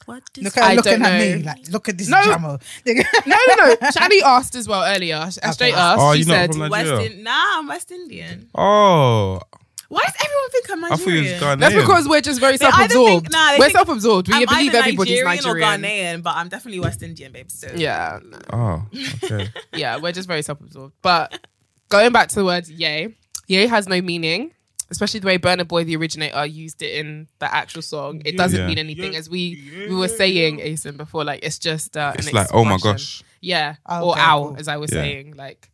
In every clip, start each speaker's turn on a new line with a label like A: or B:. A: What does
B: Look
C: I
B: at looking
C: don't
B: at me
C: know.
B: like look at this
C: No.
B: drummer.
C: No, no, no. Shadi asked as well earlier. Shadi
B: Okay.
C: asked.
D: Oh,
C: she
D: you're not
C: said,
D: from Nigeria.
A: West in- Nah, I'm West Indian.
D: Oh,
A: Why does everyone think I'm
D: I
A: Nigerian?
D: thought you was Ghanaian.
C: that's because we're just very
A: They either think-
C: self-absorbed.
A: nah, they
C: we're
A: think
C: self-absorbed. We
A: I'm
C: believe
A: either
C: everybody's
A: Nigerian,
C: Nigerian.
A: or Ghanaian, but I'm definitely West Indian, babe. So
C: Yeah, no.
D: Oh, okay.
C: yeah, we're just very self-absorbed. But going back to the word yay, yay has no meaning. Especially the way Burner Boy, the originator, used it in the actual song. It doesn't
D: Yeah.
C: mean anything, as we we were saying, Asim, before. Like it's just uh,
D: It's
C: an
D: like, oh my
C: expression.
D: gosh.
C: yeah,
B: Oh,
C: or
B: okay,
C: ow,
B: cool.
C: as I was
D: Yeah.
C: saying. Like,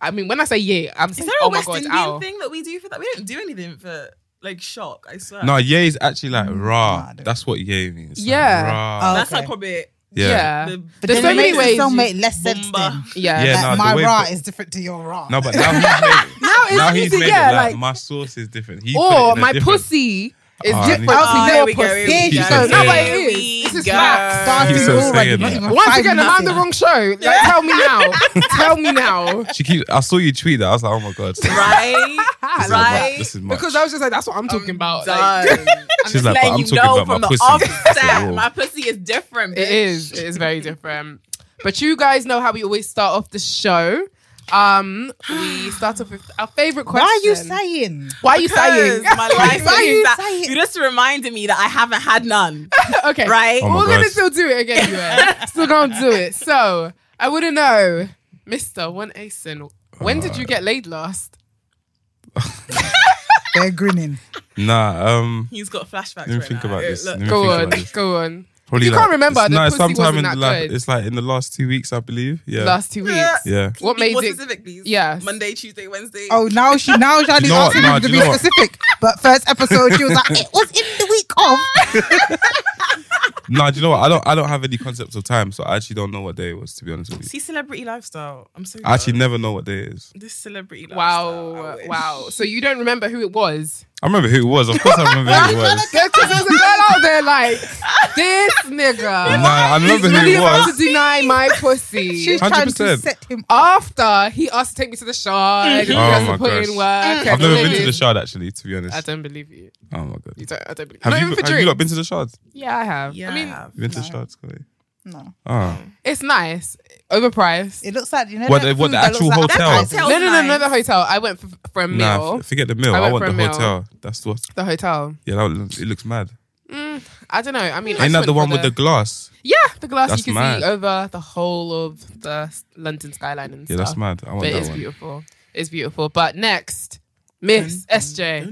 C: I mean, when I say yay, I'm
A: Is
C: saying
A: there a
C: oh my
A: West
C: god,
A: Indian
C: ow.
A: thing that we do for that? We don't do anything for like shock. I swear.
D: No, yay is actually like rah.
B: I don't-
D: That's what yay means. Like,
C: Yeah.
D: rah.
B: Oh,
A: that's
B: okay.
A: like probably.
D: yeah.
C: Yeah.
A: The-
B: But then
C: There's so
B: it
C: many
B: makes
C: ways.
B: it so
C: you-
B: make less sense
A: Bumba.
B: then.
C: yeah.
D: Yeah.
B: Like,
D: nah, the
B: my
D: way-
B: ra is different to your ra.
D: No, but now he's made,
C: Now it's
D: now
C: easy,
D: he's made
C: yeah,
D: it like,
C: like-
D: my sauce is different. He put it
C: Or
D: in a
C: my
D: different-
C: pussy is
D: Oh, I
C: different
D: need-
A: Oh,
C: to
A: there
C: your
A: we go.
C: pussy.
A: Here
D: we
C: So,
D: go.
C: no, but
A: Here
C: it
A: we
C: is. This is
A: go.
C: facts.
B: starting
D: Keep on
B: already.
D: saying
B: Not
D: that.
B: even
C: Once
B: five
C: again,
B: minutes
C: I'm the
B: in.
C: wrong show. Like, tell me now. tell me now.
D: She keeps. I saw you tweet that. I was like, oh my god. This is
A: Right,
D: much.
A: right.
D: This is much.
C: Because I was just like, that's what I'm talking about. Like,
A: Done. Um, I'm just
D: like, but
A: letting
D: I'm
A: you
D: talking
A: know
D: about my
A: from the
D: pussy. That's
A: offset,
D: all.
A: my pussy is different. Bitch.
C: it is. It is very different. But you guys know how we always start off the show. Um, we start off with our favorite question.
B: Why are you saying?
C: Why are you
A: Because
C: saying?
A: My life
B: Why
A: is
B: you
A: that.
B: say it?
A: You just reminded me that I haven't had none.
C: okay,
A: Right?
D: Oh my
C: We're gonna
D: God.
C: still do it again. Anyway. still gonna do it. So I want to know, Mister One Asin, when
D: Uh.
C: did you get laid last?
B: They're grinning.
D: nah. Um.
A: He's got flashbacks.
D: Let me
A: right
D: think
A: now.
D: about
A: Uh,
D: this.
A: look.
D: Let me
C: Go
D: think
C: on,
D: about this.
C: go on.
D: Probably
C: You
D: like-
C: can't remember,
D: it's-
C: the
D: No,
C: pussy
D: sometime
C: wasn't
D: in
C: that
D: the last.
C: good.
D: It's like in the last two weeks, I believe. Yeah.
C: Last two weeks.
A: Yeah.
D: Yeah.
A: Can you
C: What
A: be
C: made
A: more
C: it-
A: specific, please?
C: Yeah.
A: Monday, Tuesday, Wednesday.
B: Oh, now she now Shani's
D: know what?
B: asking
D: No,
B: him to
D: do
B: be
D: you know what?
B: specific. But first episode, she was like, it was in the week of.
D: Nah. Do you know what? I don't. I don't have any concept of time, so I actually don't know what day it was. To be honest with you,
A: See uh, celebrity lifestyle. I'm so.
D: I actually
A: done.
D: never know what day it is.
A: This celebrity lifestyle. I
C: Wow,
A: wish.
C: wow. So you don't remember who it was?
D: I remember who it was. Of course, I remember who it was.
C: Because there's a girl out there like this nigga.
D: Nah, I remember who
C: really
D: it
C: about to
D: was.
C: deny my pussy.
B: She's trying to
D: 100%.
B: set him up.
C: After he asked to take me to the shard, he
D: Oh
C: has to
D: my
C: put
D: gosh.
C: in work.
D: I've
C: and
D: never
C: all
D: been to the
C: this.
D: shard actually. To be honest.
C: I don't believe you.
D: Oh my
C: You
D: god.
C: don't, I don't believe
D: Have
C: Not
D: you,
C: even for
D: have you
C: drinks.
D: not been to the shard?
C: Yeah, I have.
A: Yeah.
C: I mean,
D: You been to the shard, Scotty?
B: No.
D: Oh.
C: it's nice. Overpriced.
B: It looks like, you know,
D: What,
B: that
D: what,
B: food
D: the
B: that looks
D: actual
B: like
D: hotel?
B: appetizers.
C: No,
A: Hotel's
C: no, no,
A: nice.
C: not the hotel. I went for, for a
D: Nah,
C: Mm. meal.
D: f- forget the meal.
C: I
D: I,
C: went
D: want
C: for
D: the
C: a meal.
D: hotel. That's what.
C: the hotel.
D: Yeah, that looks, it looks mad.
C: I don't know. I mean, I just
D: Ain't that the one
C: went for
D: with the glass?
C: yeah the glass
D: That's
C: you can
D: mad.
C: see over the whole of the s- London skyline and
D: Yeah,
C: stuff.
D: that's mad. I want
C: But
D: that
C: it's
D: one.
C: beautiful. It's beautiful. But next, Miss SJ,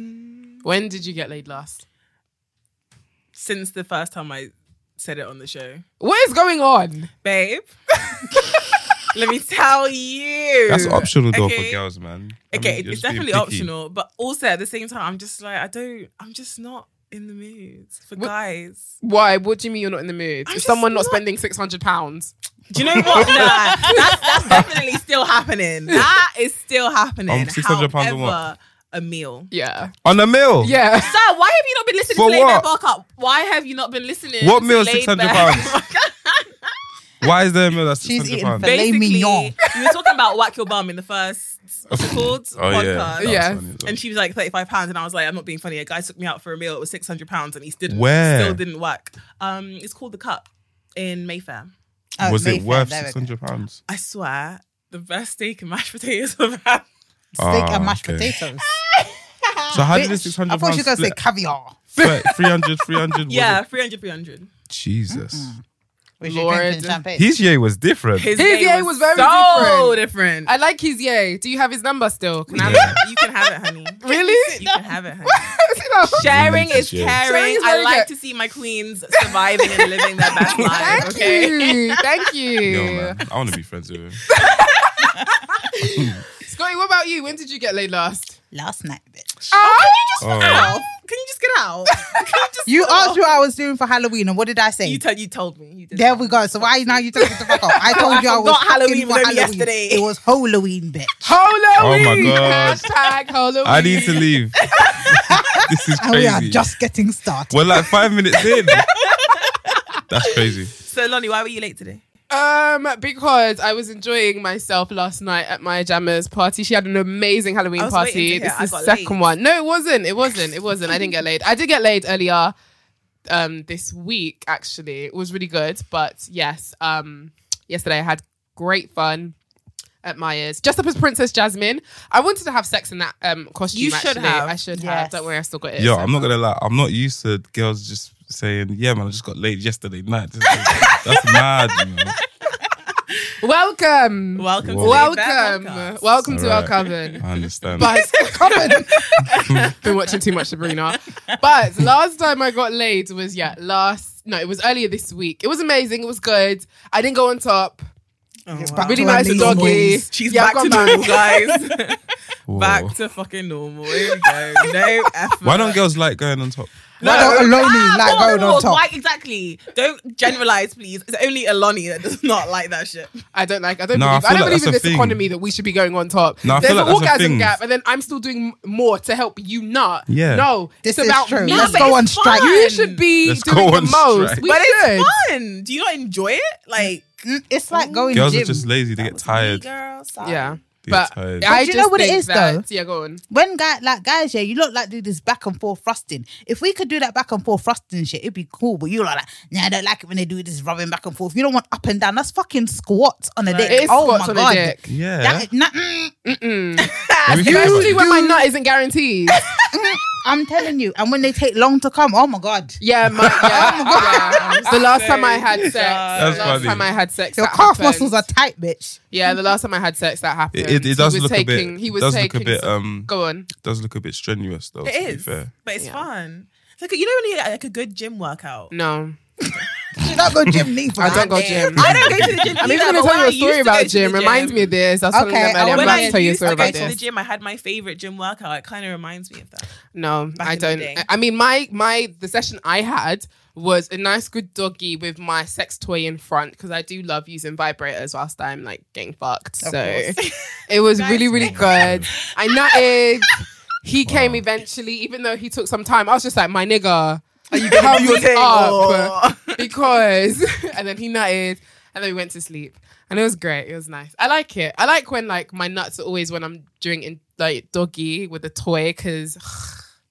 C: when did you get laid last?
A: Since the first time I said it on the show,
C: What is going on?
A: babe. Let me tell you.
D: That's optional though
A: Okay.
D: for girls, man. I mean,
A: Okay,
D: you're just
A: it's
D: being
A: definitely
D: picky.
A: optional, but also at the same time, I'm just like, I don't, I'm just not in the mood for
C: What-
A: guys.
C: Why? What do you mean you're not in the mood?
A: I'm
C: Is someone
A: just
C: not,
A: not-
C: spending six hundred pounds?
A: Do you know what? nah, that's, that's definitely still happening. That is still happening.
D: Um, 600 pounds a
A: However,
D: month.
A: a meal.
C: Yeah.
D: On a meal.
C: Yeah.
A: Sir, why have you not been listening
D: For
A: to Lay Bear
D: what?
A: Bark Up? Why have you not been listening?
D: What
A: to
D: meal is
A: Laid
D: 600
A: Bare-
D: pounds? Why is there a meal that's
B: She's
D: six
B: eating
D: hundred pounds?
B: filet.
A: Basically, we
B: mignon.
A: were talking about Whack Your Bum in the first called
D: Oh yeah.
A: podcast.
D: That was
C: Yeah.
D: funny as well.
A: And she was like 35 pounds, and I was like, I'm not being funny. A guy took me out for a meal, it was 600 pounds, and he still,
D: Where?
A: still didn't work. Um, it's called The Cup in Mayfair. uh,
B: Oh,
D: was it
B: Mayfair,
D: worth
B: there we
D: six
B: go.
D: hundred pounds?
A: I swear, the best steak and mashed potatoes I've had.
B: Steak
D: Ah,
B: and mashed
D: okay.
B: potatoes.
D: So how did
B: Bitch,
D: this six
B: I
D: hundred
B: thought
D: pounds?
B: you were going to say
D: split?
B: caviar.
D: Like, 300, 300 was
A: Yeah,
D: it?
A: 300, 300.
D: Jesus.
B: Was
C: Lord.
B: you drinking champagne?
D: His yay was different.
A: His,
C: His
A: day
C: yay was very
A: so different.
C: I like his yay. Do you have his number still? Can I have
D: Yeah.
A: you can have it, honey.
C: Really?
A: You can have it, honey.
C: it? No.
A: Sharing is
D: Relationship.
A: caring.
C: Sharing is
A: I
C: very
A: like
C: good.
A: to see my queens surviving and living their best life.
C: Thank
A: Okay.
C: you. Thank you.
D: Yo, man, I want to be friends with him.
C: Scotty, what about you? When did you get laid last?
B: Last night, bitch.
D: Oh,
A: Can you just get out? Can you just
B: You asked what I was doing for Halloween, and what did I say?
A: You, t- you told me. You did
B: there we go. So why now you talking the fuck off? I told you I was
A: forgot
B: fucking
A: Halloween
B: for
A: was only
B: Halloween.
A: yesterday.
B: It was Halloween, bitch.
C: Halloween.
D: Oh my God.
C: Hashtag Halloween.
D: I need to leave. this is
B: And we are
D: crazy.
B: just getting started.
D: We're like five minutes in. That's crazy.
A: So, Lonnie, why were you late today?
C: Um, because I was enjoying myself last night at my jammer's party. She had an amazing Halloween
A: I was waiting to
C: party.
A: hear
C: This
A: I
C: is the
A: got
C: second
A: laid.
C: one. No, it wasn't. It wasn't. It wasn't. I didn't get laid. I did get laid earlier um this week, actually. It was really good. But yes, um yesterday I had great fun at Myers. Just up as Princess Jasmine. I wanted to have sex in that um costume.
A: You should
C: actually.
A: have.
C: I should have.
B: Yes.
C: Don't worry, I still got it.
D: Yo,
C: So-
D: I'm not gonna lie. I'm not used to girls just saying, "Yeah, man, I just got laid yesterday night." That's mad. You know?
C: Welcome.
A: Welcome.
D: Whoa.
A: To the Bad
C: Welcome.
A: Podcast.
C: Welcome to our
D: Alright.
C: coven.
D: I understand.
C: But been watching too much Sabrina. But last time I got laid was yeah, last no, it was earlier this week. It was amazing. It was good. I didn't go on top.
A: Oh,
B: Back
C: Really
B: to our
C: nice and
B: normal
C: doggy.
B: ways.
A: She's
C: Yeah, I've
A: back to
C: gone
A: normal, guys.
D: Whoa.
A: back to fucking normal. Here we go. No effort.
D: Why don't girls like going on top?
B: Why don't Aloni like
A: Whoa,
B: going
A: Ah, whoa,
B: Ah, on top?
A: Why exactly? Don't generalize, please. It's only Aloni that does not like that shit.
C: I don't like. I don't.
D: No, I
C: believe, I, don't
D: feel like
C: believe
D: that's
C: in
D: a
C: this
D: thing.
C: economy that we should be going on top.
D: No, I
C: There's
D: feel like
C: an
D: that's a
C: orgasm
D: thing.
C: gap, and then I'm still doing m- more to help you not.
D: Yeah.
C: No,
B: This
C: it's
B: is
C: about
B: true.
C: me.
B: Let's
A: but
B: go
A: it's
B: on strike.
A: fun.
C: You should be
D: Let's go
C: doing the
D: on
C: most.
D: strike.
C: We
A: but
C: should.
A: it's fun. Do you not enjoy it? Like
B: Mm, It's like going
D: Girls
B: gym.
D: are just lazy. They get tired.
A: girl, sorry.
C: Yeah.
D: They
C: But,
D: get tired.
C: I
B: do you
C: just
B: know what it
C: think
B: is,
C: that- Yeah, go on.
B: when guy like guys, yeah, you look like do this back and forth thrusting. If we could do that back and forth thrusting shit, it'd be cool. But you lot are like, nah, I don't like it when they do this rubbing back and forth. You don't want up and down. That's fucking squats on a dick.
C: It is
B: oh
C: squats
B: my
C: on a
B: god.
C: dick.
D: Yeah.
B: That, nah, mm,
D: Let me think about
C: Especially
D: it.
C: when my nut isn't guaranteed.
B: mm, I'm telling you. And when they take long to come, oh my god.
C: Yeah, my, yeah, yeah. The last time I had sex,
D: That's
C: the last
D: funny.
C: time I had sex,
B: Your
C: that
B: calf
C: happened.
B: muscles are tight, bitch.
C: Yeah, the last time I had sex, that happened.
D: It, it,
C: He
D: it does
C: was
D: look
C: taking,
D: a bit.
C: He was
D: does
C: taking.
D: look a bit.
C: some-
D: Um,
C: go on.
D: does look a bit strenuous though. to
A: It
D: be
A: is,
D: fair.
A: but it's fun. It's like you know when you get like a good gym workout.
C: No,
B: You don't go gym neither.
C: I don't go gym.
A: I don't go to the gym.
C: Mm. I'm even
A: either,
C: gonna
A: but when
C: tell you
A: I
C: a
A: used to
C: story
A: go to
C: about
A: the
C: gym. Reminds me of this. I was telling
B: Okay,
C: them earlier.
B: I
C: I'm
A: When
C: about
A: I
C: to tell you a
A: used
C: story
A: to go
C: about
A: to the
C: this.
A: gym, I had my favorite gym workout. It kind of reminds me of that.
C: No,
A: back
C: I
A: in the
C: don't.
A: day.
C: I- I mean, my my the session I had was a nice good doggy with my sex toy in front because I do love using vibrators whilst I'm like getting fucked. so it was really really good. I nutted. He came eventually, even though he took some time. I was just like, my nigga, are you coming up?
B: Oh.
C: because and then he nutted and then we went to sleep and it was great it was nice i like it i like when like my nuts are always when i'm doing in, like doggy with a toy because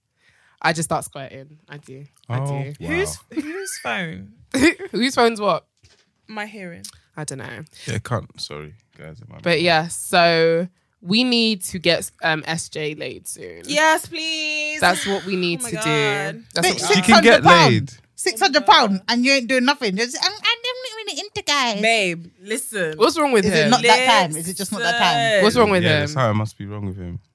C: i just start squirting i do
D: Oh,
C: i
D: wow.
A: Who's whose phone?
C: do whose phone's what
A: My hearing.
C: i don't know
D: Yeah, can't. Sorry, guys.
C: but yeah so we need to get um sj laid soon
A: Yes, please.
C: that's what we need
A: Oh my
C: to do
A: God.
C: that's
B: Bitch,
C: what we
D: You
C: need.
D: can get
B: 600 pound.
D: laid.
B: Six hundred pound and you ain't doing nothing. You're Just, I'm, I'm not really into guys.
A: babe. Listen.
C: what's wrong with
B: Is it
C: him
B: not that time? Is it just not that time?
C: what's wrong with
D: yeah,
C: him
D: something must be wrong with him. Oh,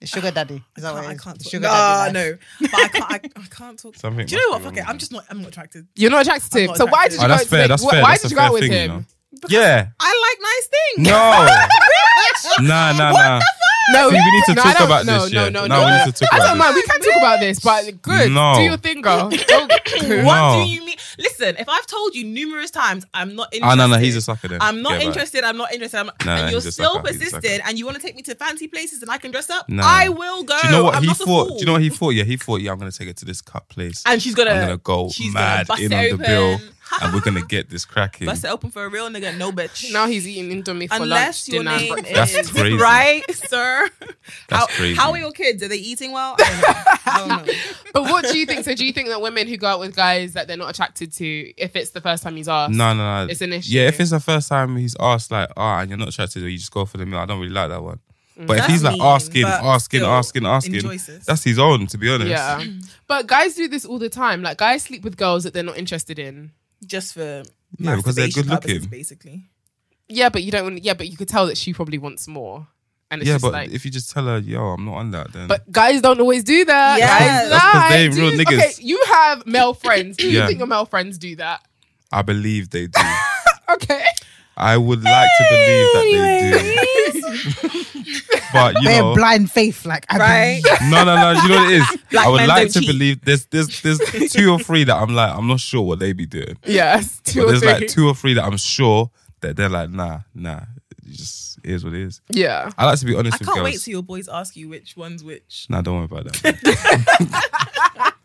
B: The sugar daddy. Is that what it
A: I
B: is?
A: can't.
B: The
A: Talk.
B: Sugar
A: No,
B: daddy.
A: no. But I can't. I, I can't talk.
D: Something
A: Do you know what?
D: must be
A: Fuck it.
D: wrong.
A: I'm just not. I'm not attracted.
C: You're not attracted to
A: I'm
C: him.
A: not
C: So why
A: attracted.
C: did
D: Oh,
C: you go
D: that's
C: to
D: fair,
C: make-
D: that's
C: why
D: fair,
C: why
D: that's
C: did
D: a
C: you go out
D: fair
C: with
D: thing, you
C: him?
D: know. Yeah.
A: I like nice things.
D: No. nah, nah, nah.
C: No,
D: See, we need to
C: no, I
D: talk
C: don't-
D: about
C: no,
D: this,
C: No,
D: yeah.
C: no,
D: No,
C: no,
D: we
C: no.
D: need to talk
C: I
D: about
C: don't mind.
D: this.
C: We can talk about this, but good.
D: No.
C: Do your thing, girl. Don't-
A: What
D: No.
A: do you mean? Listen, if I've told you numerous times, I'm not
D: Oh,
A: interested.
D: no, no, he's a sucker then.
A: I'm not
D: Get back.
A: interested. I'm not interested. I'm,
D: No,
A: and
D: no,
A: you're
D: he's a
A: still
D: sucker, he's a
A: persistent,
D: sucker.
A: and you want to take me to fancy places, and I can dress up.
D: No.
A: I will go.
D: Do you know what
A: I'm
D: he
A: not a
D: thought?
A: fool.
D: Do you know what he thought? Yeah, he thought, yeah, I'm gonna take it to this cut place.
A: And she's gonna.
D: I'm gonna go
A: she's gonna
D: mad
A: bust
D: in
A: it
D: on the
A: open.
D: bill, and we're gonna get this cracking.
A: Bust it open for a real nigga. No bitch.
C: Now he's eating Indomie for lunch,
A: Unless your
C: dinner, and
A: name
C: breakfast.
D: That's
A: is
D: crazy.
A: right, sir. how,
D: crazy.
A: how are your kids? Are they eating well? I don't know. I don't know.
C: But what do you think? So do you think that women who go out with guys that they're not attracted to, if it's the first time he's asked?
D: No, no, no.
C: It's an issue.
D: Yeah, if it's the first time he's asked, like, ah, and you're not attracted, or you just go for the meal, I don't really like that one. But if
A: Mm. That's
D: he's like
A: mean,
D: asking,
A: but
D: asking,
A: still,
D: asking,
A: enjoy
D: asking,
A: sis.
D: that's his own, to be honest.
C: Yeah.
A: Mm.
C: but guys do this all the time. Like guys sleep with girls that they're not interested in.
A: Just for
D: Yeah, because they're
A: masturbation
D: good
A: purposes,
D: looking.
A: basically.
C: Yeah, but you don't. Yeah, but you could tell that she probably wants more. And it's
D: Yeah,
C: just
D: but
C: like,
D: if you just tell her, yo, I'm not on that, then.
C: But guys don't always do that.
A: Yeah.
C: Guys
A: That's
D: 'cause they
C: lie.
D: ain't
C: Do
D: real
C: you-
D: niggas.
C: Okay, you have male friends. Do you
D: Yeah.
C: think your male friends do that?
D: I believe they do.
C: Okay.
D: I would like to believe that they do. but you
B: Bare
D: know,
B: blind faith, like I
A: Right?
B: believe.
D: no, no, no. You know what it is.
A: Black
D: I would
A: men
D: like
A: don't
D: to
A: cheat.
D: believe there's there's there's two or three that I'm like I'm not sure what they be doing.
C: Yes. Two
D: But
C: or
D: there's
C: three.
D: like two or three that I'm sure that they're like nah nah. It just is what it is.
C: Yeah.
D: I like to be honest
A: I
D: with
A: can't
D: girls.
A: wait till your boys ask you which one's which.
D: Nah, don't worry about that.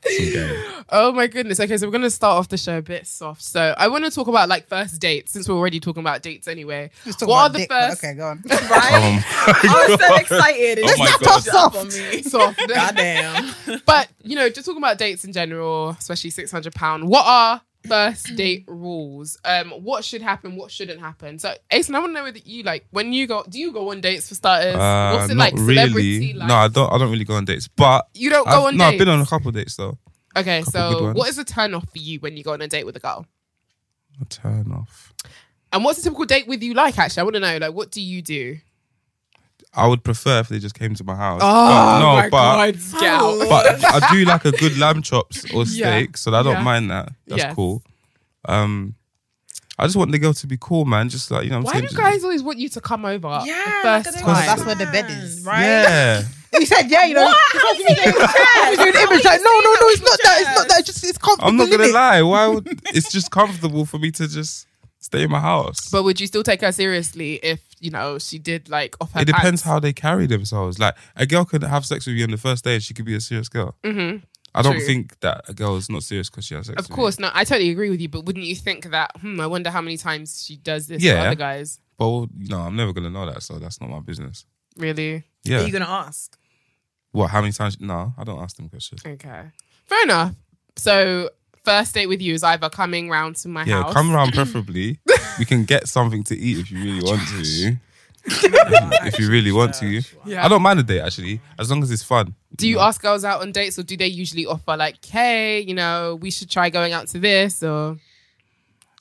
D: Some guy.
C: Oh my goodness. Okay, so we're gonna start off the show a bit soft. So I want to talk about like first dates since we're already talking about dates anyway.
B: Let's talk
C: what
B: about
C: are the
B: dick, but
C: first?
B: Okay, go on.
D: Um,
A: I'm so excited.
D: Oh my
A: Just
D: God.
A: touched up on me.
C: Soft.
A: Goddamn.
C: But you know, just talking about dates in general, especially six hundred pound. What are first date rules? Um, what should happen? What shouldn't happen? So, Asen, I want to know whether you like when you go. Do you go on dates for starters?
D: uh,
C: What's it
D: not
C: like?
D: really.
C: Celebrity? Like?
D: No, I don't. I don't really go on dates. But
C: You don't go
D: I've-
C: on
D: No, I've
C: dates?
D: been on a couple dates though.
C: Okay,
D: Couple good
C: so
D: ones.
C: what is a turn off for you when you go on a date with a girl?
D: A turn off.
C: And what's a typical date with you like? Actually, I want to know. Like, what do you do?
D: I would prefer if they just came to my house.
C: Oh
D: but, no,
C: my
D: but
C: god, get out.
D: but I do like a good lamb chops or steak,
C: Yeah.
D: so I don't
C: Yeah.
D: mind that. That's
C: Yes.
D: cool. Um, I just want the girl to be cool, man. Just like you know, what
C: Why
D: I'm
C: do
D: saying?
C: guys always want you to come over?
A: Yeah,
C: the
A: because
C: first
A: they want
C: time.
B: that's where the bed is.
A: Right?
D: Yeah,
B: He said, yeah, you know.
A: What? He's doing
B: Doing image like, no, no, no, it's not that. It's not that. It's just it's comfortable.
D: I'm not gonna
B: innit?
D: lie. Why would it's just comfortable for me to just stay in my house?
C: But would you still take her seriously if you know she did like off her?
D: it
C: pants?
D: depends how they carry themselves. Like a girl could have sex with you on the first day, and she could be a serious girl.
C: Mhm.
D: I don't
C: True.
D: think that a girl is not serious because she has sex.
C: Of
D: with
C: course, no, I totally agree with you. But wouldn't you think that? Hmm, I wonder how many times she does this
D: Yeah.
C: to other guys.
D: you. but well, no, I'm never gonna know that, so that's not my business.
C: Really?
D: Yeah.
A: Are you going to ask?
D: what? How many times? No, I don't ask them questions.
C: Okay, fair enough. So first date with you is either coming round to my
D: Yeah,
C: house.
D: come around preferably. we can get something to eat if you really want to. if you really want to.
C: Yeah.
D: I don't mind a date actually, as long as it's fun.
C: Do you ask girls out on dates, or do they usually offer like, "Hey, you know, we should try going out to this"? Or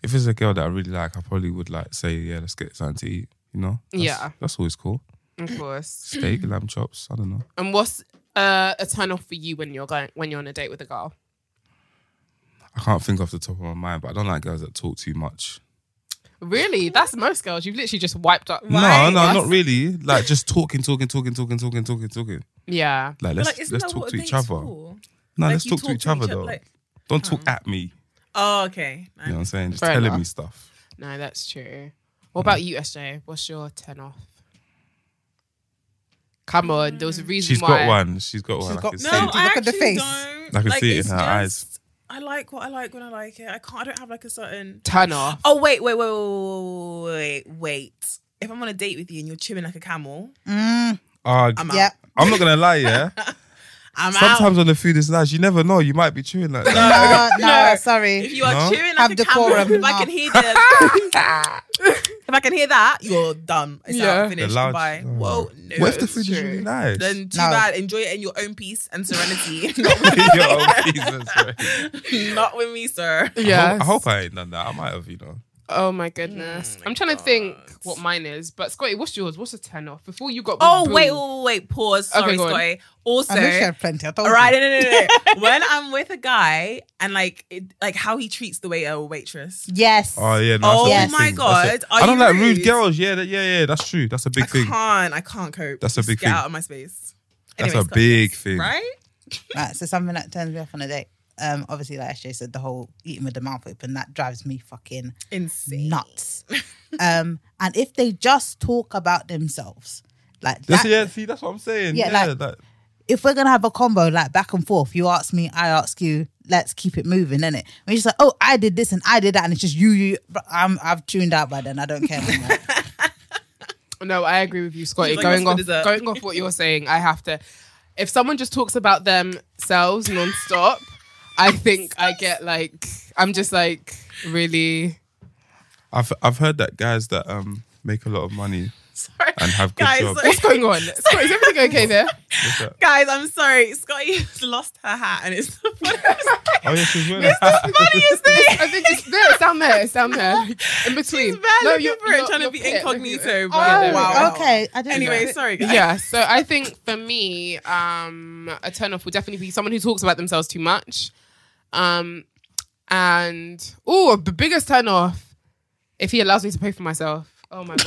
D: If it's a girl that I really like, I probably would like say, yeah, let's get something to eat. You know? That's-
C: Yeah.
D: That's always cool.
C: of course.
D: Steak, lamb chops. I don't know.
C: And what's uh, a turn off for you when you're going when you're on a date with a girl?
D: I can't think off the top of my mind, but I don't like girls that talk too much.
C: Really, that's most girls. You've literally just wiped up.
D: No, no, not really. Like just talking, talking, talking, talking, talking, talking, talking.
C: Yeah.
D: Like
A: But,
D: let's
A: like, isn't
D: let's
A: that
D: talk
A: what
D: to
A: a
D: each
A: date's
D: other.
A: for?
D: No,
A: Like,
D: let's
A: you
D: talk to each other though.
A: like-
D: don't talk at me.
A: oh, okay.
D: You know what I'm saying? Just
C: Fair
D: telling
C: enough.
D: me stuff.
C: No, that's true. What
D: Mm.
C: about you, SJ? What's your turn off? Come on, there was a reason
D: She's
C: why.
D: got one. She's got one. I
B: She's got-
D: can
A: No,
D: see it.
B: Look
A: I
B: at the
A: actually
B: face.
A: don't.
D: I can see it
A: it's
D: in her eyes.
A: I like what I like when I like it. I can't. I don't have like a certain.
C: Turn off.
A: Oh wait, wait, wait, wait, wait, wait. If I'm on a date with you and you're chewing like a camel,
B: Mm,
D: Uh,
A: I'm
B: yeah.
A: out.
D: I'm not gonna lie, yeah.
A: I'm out.
D: Sometimes on the food is nice. You never know. You might be chewing like that.
B: No, no,
A: If
B: sorry.
A: you are
D: No.
A: chewing like
B: Have
A: a camel,
B: decorum.
A: if I can hear the, if I can hear that, you're done. It's
C: Yeah.
A: out, finished.
D: The loud-
A: Bye.
D: Oh.
A: Whoa, no.
D: what if the
C: it's
D: food is
C: true.
D: really nice?
A: then too
B: No.
A: bad. Enjoy it in your own peace and serenity.
D: Yo, Jesus, right.
A: Not with me, sir.
D: I
C: Yeah.
D: hope, I hope I ain't done that. I might have, you know.
C: Oh my
A: Mm,
C: goodness. I'm trying to think what mine is, but Scotty, what's yours? What's a turn off? Before you got
A: Oh
C: booed.
D: Mm-hmm.
A: wait, wait, wait, pause.
C: Okay,
A: Sorry,
C: go on.
A: Scotty. Also,
B: I wish I had plenty. I told
A: All right,
B: you.
A: no, no, no, no. when I'm with a guy and like, it, like how he treats the waiter or waitress.
B: Yes.
D: Oh yeah. No,
A: Oh
D: that's a big
A: my
D: thing. That's a-
A: God, are
D: I don't
A: you
D: like rude
A: rude?
D: girls. Yeah, that, yeah, yeah. That's true. That's a big
A: I
D: thing.
A: can't. I can't cope.
D: That's a
A: Just
D: big
A: get
D: thing.
A: out of my space.
D: That's
A: Anyway,
D: a
A: Scotty,
D: big thing.
A: Right?
B: Right, so something that turns me off on a date. Um, obviously, like Ashley said, the whole eating with the mouth open that drives me fucking
A: Insane.
B: nuts. um, and if they just talk about themselves, like
D: That's,
B: that,
D: yeah, see, that's what I'm saying.
B: Yeah,
D: Yeah,
B: like-
D: that-
B: if we're gonna have a combo like back and forth, you ask me, I ask you, let's keep it moving, innit? When she's like, oh, I did this and I did that, and it's just you, you, bro, I'm, I've tuned out by then. I don't care anymore.
C: No, I agree with you, Scotty.
A: She's like,
C: going
A: "That's
C: off,
A: for dessert."
C: going off what you're saying, I have to. If someone just talks about themselves nonstop, I think I get like I'm just like really.
D: I've I've heard that guys that um make a lot of money.
A: Sorry.
D: And have good
A: guys,
D: jobs.
A: sorry.
C: What's going on? Scotty, is everything okay there?
D: What's that?
A: Guys, I'm sorry. Scotty has lost her hat and it's the funniest,
D: Oh yeah, she's wearing. Funniest
A: thing.
C: I think it's there. It's down there. It's down there. Like, in between.
A: She's bad
C: No,
A: looking
C: you're-
A: for it,
C: you're-
A: trying to
C: you're
A: be
C: fit.
A: incognito. But
C: yeah, there we
A: wow.
C: go.
B: okay, I didn't
A: Oh, Anyway,
B: know.
A: sorry, guys.
C: Oh, Yeah, so I think for me, um, a turn off would definitely be someone who talks about themselves too much. Um, and oh, the biggest turn off if he allows me to pay for myself. Oh my god!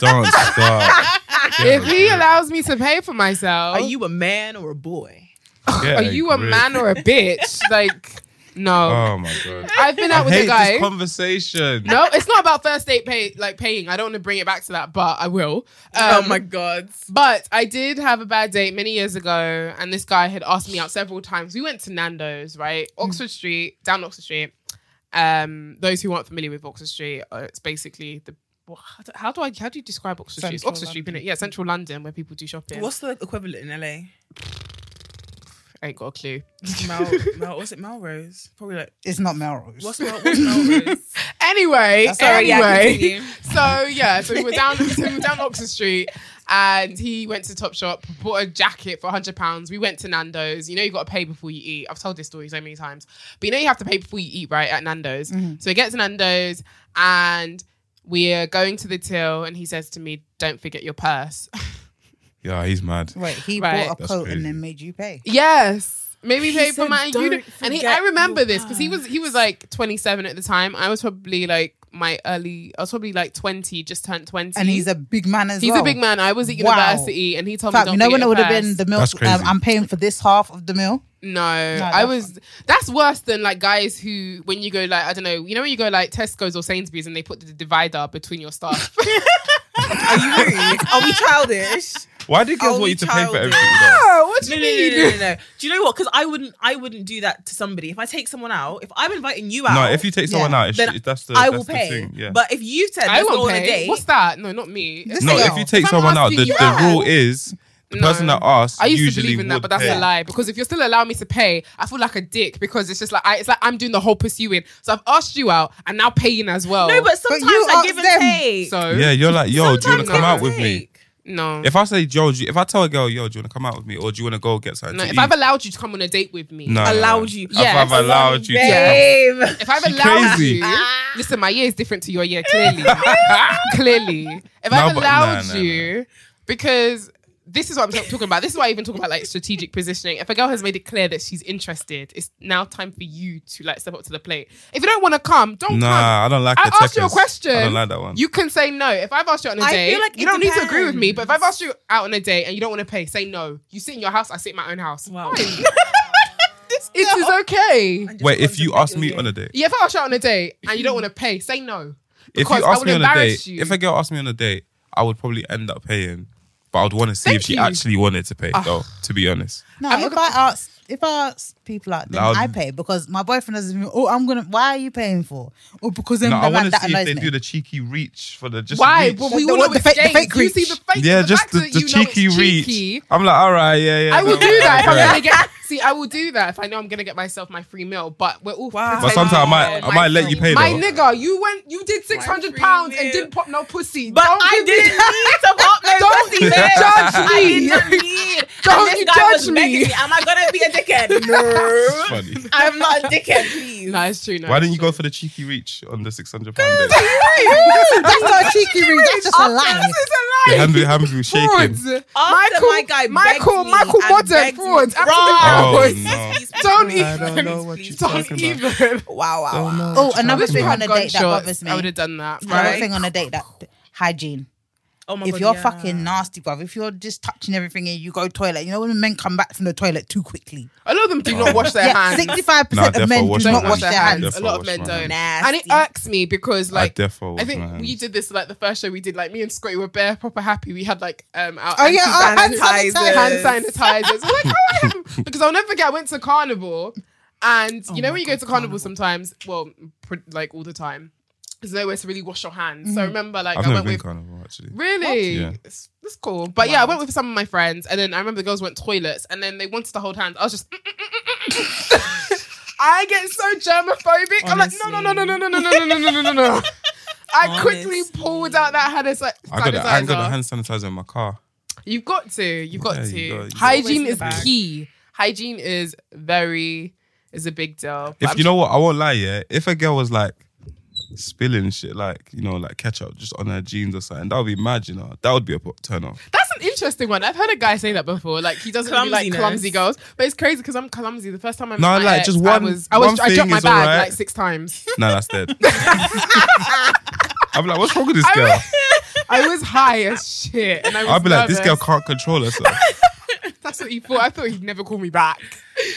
D: Oh, don't stop.
C: if he allows me to pay for myself,
A: Are you a man or a boy?
C: are you a man or a bitch? like, no.
D: Oh my god.
C: I've been out
D: I
C: with
D: hate
C: a guy.
D: this conversation.
C: no, it's not about first date pay like paying. I don't want to bring it back to that, but I will. Um,
A: oh my god.
C: But I did have a bad date many years ago, and this guy had asked me out several times. We went to Nando's, right?
A: Mm.
C: Oxford Street, down Oxford Street. Um, those who aren't familiar with Oxford Street, uh, it's basically the wha- how do- how do I how do you describe Oxford Street? It's
B: Central
C: Oxford Street, innit? Yeah, central London where people do shopping.
A: What's the equivalent in LA?
C: I ain't got a clue.
A: Mel, Mel, what's it? Melrose? Probably like
B: It's not Melrose.
A: what's, Mel, what's Melrose?
C: Anyway,
A: Sorry, yeah,
C: anyway.
A: continue.
C: so yeah, so we were down so we were down Oxford Street and he went to Topshop, bought a jacket for hundred pounds. We went to Nando's. You know you gotta pay before you eat. I've told this story so many times. But you know you have to pay before you eat, right? At Nando's. So we get to Nando's and we're going to the till and he says to me, Don't forget your purse.
D: Yeah, he's mad.
B: Wait, he
C: Right.
B: bought a
D: That's
B: coat
D: crazy.
B: and then made you pay.
C: Yes. Maybe pay for
A: said,
C: my
A: "Don't
C: uni- and he, I
A: forget
C: remember
A: your
C: this because he was he was like 27 at the time. I was probably like my early. I was probably like 20, just turned 20.
B: And he's a big man as
C: he's
B: well.
C: a big man. I was at
B: Wow.
C: university, and he told
B: Fuck,
C: me,
B: you
C: "Don't
B: know
C: forget
B: when it
C: your
B: would have
C: purse."
B: been the meal?
D: That's
B: Um,
D: crazy.
B: I'm paying for this half of the meal.
C: No, I
B: that's
C: was. That's worse than like guys who, when you go like, I don't know, you know, when you go like Tesco's or Sainsbury's and they put the divider between your stuff.
A: Are you rude? Are we childish?
D: Why do girls
A: Are
D: want
A: we
D: you to pay for
A: childish?
D: everything? though?
C: what
A: No, no, no, no, no, no. Do you know what? Because I wouldn't, I wouldn't do that to somebody. If I take someone out, if I'm inviting you out,
D: No, if you take someone
B: Yeah.
D: out, it's,
A: Then
D: it- that's the
A: I
D: that's
A: will
D: the
A: pay.
D: thing. Yeah.
A: But if you said
C: I
A: let's go
C: won't
A: on a
C: pay.
A: date,
C: What's that? No, not me.
B: This
D: no,
B: thing
D: if
B: off.
D: you
C: If
D: take
C: I'm
D: someone out, the,
C: asking
D: the
C: you
D: rule
C: out-
D: is the
C: No.
D: person that asks
C: I used to
D: usually
C: believe in that,
D: would
C: but that's
D: pay.
C: a lie. Because if you're still allowing me to pay, I feel like a dick because it's just like I, it's like I'm doing the whole pursuing. So I've asked you out, I'm now paying as well.
A: no, but
B: But
A: sometimes
B: you
A: I
B: ask
A: give and
B: them.
A: take.
C: so
D: Yeah, you're like, yo, do you want
A: Sometimes
D: to come
A: give
D: out
A: and
D: with me?
A: take.
C: no,
D: If I say, yo, do you, if I tell a girl, yo, do you want to come out with me, or do you want to go get something
C: no.
D: to
C: If
D: eat?
C: I've allowed you to come on a date with me,
D: No, no, no.
A: allowed you-
D: If
C: Yes.
D: I've allowed you. To
A: Babe,
C: if I've
D: She
C: allowed
D: crazy.
C: you, listen, my year is different to your year, clearly. clearly. If
D: No,
C: I've
D: but-
C: allowed
D: no, no,
C: you, because this is what I'm t- talking about. This is why I even talk about like strategic positioning. If a girl has made it clear that she's interested, it's now time for you to like step up to the plate. If you don't want to come, don't
D: Nah,
C: come.
D: I don't like
C: I
D: the
C: asked you a
D: checkers.
C: question.
D: I don't like that one.
C: You can say no. If I've asked you out on a
A: I
C: date,
A: feel like
C: you
A: it
C: don't need to agree with me. But if I've
A: depends.
C: asked you out on a date and you don't want to pay, say no. You sit in your house, I sit in my own house.
A: Wow.
C: Fine. it is okay.
A: Just
D: Wait, if you
A: contemplate
D: ask
A: your
D: me
A: game.
D: on a date,
C: Yeah, if I ask you out on a date and you don't want to pay, say no.
D: if
C: Because
D: you
C: I
D: ask
C: would
D: me on a
C: embarrass
D: date,
C: you.
D: if a girl asked me on a date, I would probably end up paying, but I would want to see
C: Thank
D: if she
C: you.
D: actually wanted to pay. Though, to be honest,
B: No,
C: I'm
B: if
C: not
B: I ask if I ask people out, then
D: Loud.
B: I pay because my boyfriend doesn't. Even, oh, I'm gonna. Why are you paying for? Oh, because then
D: no,
B: the
D: I
B: man
D: want to
B: that
D: see if
B: annoys
D: they
B: me.
D: do the cheeky reach for the just
C: Why?
D: reach.
C: Well, we
B: The-
C: want
B: what-
C: to
B: the fake- the
C: exchange.
B: fake
C: Do you see
B: reach.
C: the fake?
D: yeah,
C: the
D: just
C: fact
D: the,
C: that
D: the
C: you know it's
D: cheeky
C: cheeky.
D: reach. I'm like, all right, yeah, yeah.
C: I will
D: no,
C: do that if I'm
D: okay.
C: gonna get. See, I will do that if I know I'm gonna get myself my free meal. But we're all.
A: Wow.
D: But sometimes I might, I
C: My
D: might let you
C: free-
D: pay.
C: My
D: though.
C: nigga, you went, you did six hundred
A: free
C: pounds and
A: meal.
C: didn't pop no pussy.
A: But
C: Don't
A: I
C: give me-
A: didn't need to pop no
C: Don't
A: pussy, babe.
C: judge
A: I
C: me.
A: didn't need.
C: Don't
A: and
C: you
A: this guy
C: judge
A: was
C: me.
A: begging me, am I gonna be a dickhead? No,
D: It's funny.
A: I'm not a dickhead, please.
C: That is true. No,
D: Why
C: it's
D: didn't you
C: true.
D: go for the cheeky reach on the 600 pound bit?
B: That's not a cheeky ring. That's just a lie.
C: This is
D: The
C: a lie.
D: hand, hands were shaking.
C: Fraud.
A: After my guy begged
C: Michael,
A: me
C: Michael
A: and
C: Modern,
A: begged me-
C: fraud.
A: Bruh.
D: Oh,
C: Absolute fraud.
D: no.
C: Don't
D: I don't know what
C: even.
D: you're
C: Don't
D: talking about.
C: even.
A: Wow, wow, wow.
B: Oh, another thing
C: I've
B: on a
C: gone
B: date that
C: short.
B: bothers me.
C: I would have done that.
B: Another
C: Right?
B: thing on a date that hygiene.
A: Oh my
B: if
A: God,
B: you're
A: yeah.
B: fucking nasty, bruv, if you're just touching everything and you go toilet, you know when men come back from the toilet too quickly.
C: A lot of them do not wash their
B: yeah,
C: hands.
B: sixty-five
D: Nah,
B: percent of men
D: therefore wash
B: do
D: my
B: not
D: hands.
B: wash their
D: Therefore
B: hands.
C: A lot of
D: wash
C: men
D: my
C: don't.
A: hands.
C: And it irks me because
D: I
C: like
D: defo
C: I
D: was
C: think
D: man.
C: we did this like the first show we did. Like me and Scotty were bare proper happy. We had like um our
B: Oh, yeah, our hand
C: anti-sanitizers,
B: sanitizers.
C: hand sanitizers. I'm like, oh, I have- because I'll never forget. I went to carnival, and you know when you go to Oh carnival, sometimes, well, pr- like all the time, there's nowhere to really wash your hands. So I remember like
D: I've
C: I
D: never
C: went
D: been
C: with
D: carnival, actually.
C: Really?
D: Yeah.
C: It's, it's cool. But yeah, I went with some of my friends, and then I remember the girls went toilets, and then they wanted to hold hands. I was just. I get so germophobic. I'm like, no, no, no, no, no, no, no, no, no, no, no, no, no. I quickly
A: Honestly.
C: pulled out that hand sanitizer.
D: I got, the, I got the hand sanitizer in my car.
C: You've got to. You've got
D: Yeah,
C: to.
D: you got- you got-
C: Hygiene
A: Always
C: is
A: in the bag.
C: key. Hygiene is very is a big deal. But
D: If
C: I'm
D: you know what, I won't lie, yeah. If a girl was like spilling shit, like you know, like ketchup just on her jeans or something, that would be mad. You know, that would be a put- turn off.
C: That's an interesting one. I've heard a guy say that before. Like he doesn't really like
A: Clumsiness.
C: clumsy girls, but it's crazy because I'm clumsy. The first time I met
D: No,
C: my
D: like,
C: ex,
D: just
C: I
D: one-
C: was, I was
D: one
C: I dropped
D: thing
C: my
D: is
C: bag
D: alright.
C: like six times.
D: No, that's dead. I'm like, what's wrong with this
C: I
D: girl?
C: I was high as shit, and I was
D: I'd be like, this girl
C: nervous.
D: can't control herself.
C: That's what he thought. I thought he'd never call me back.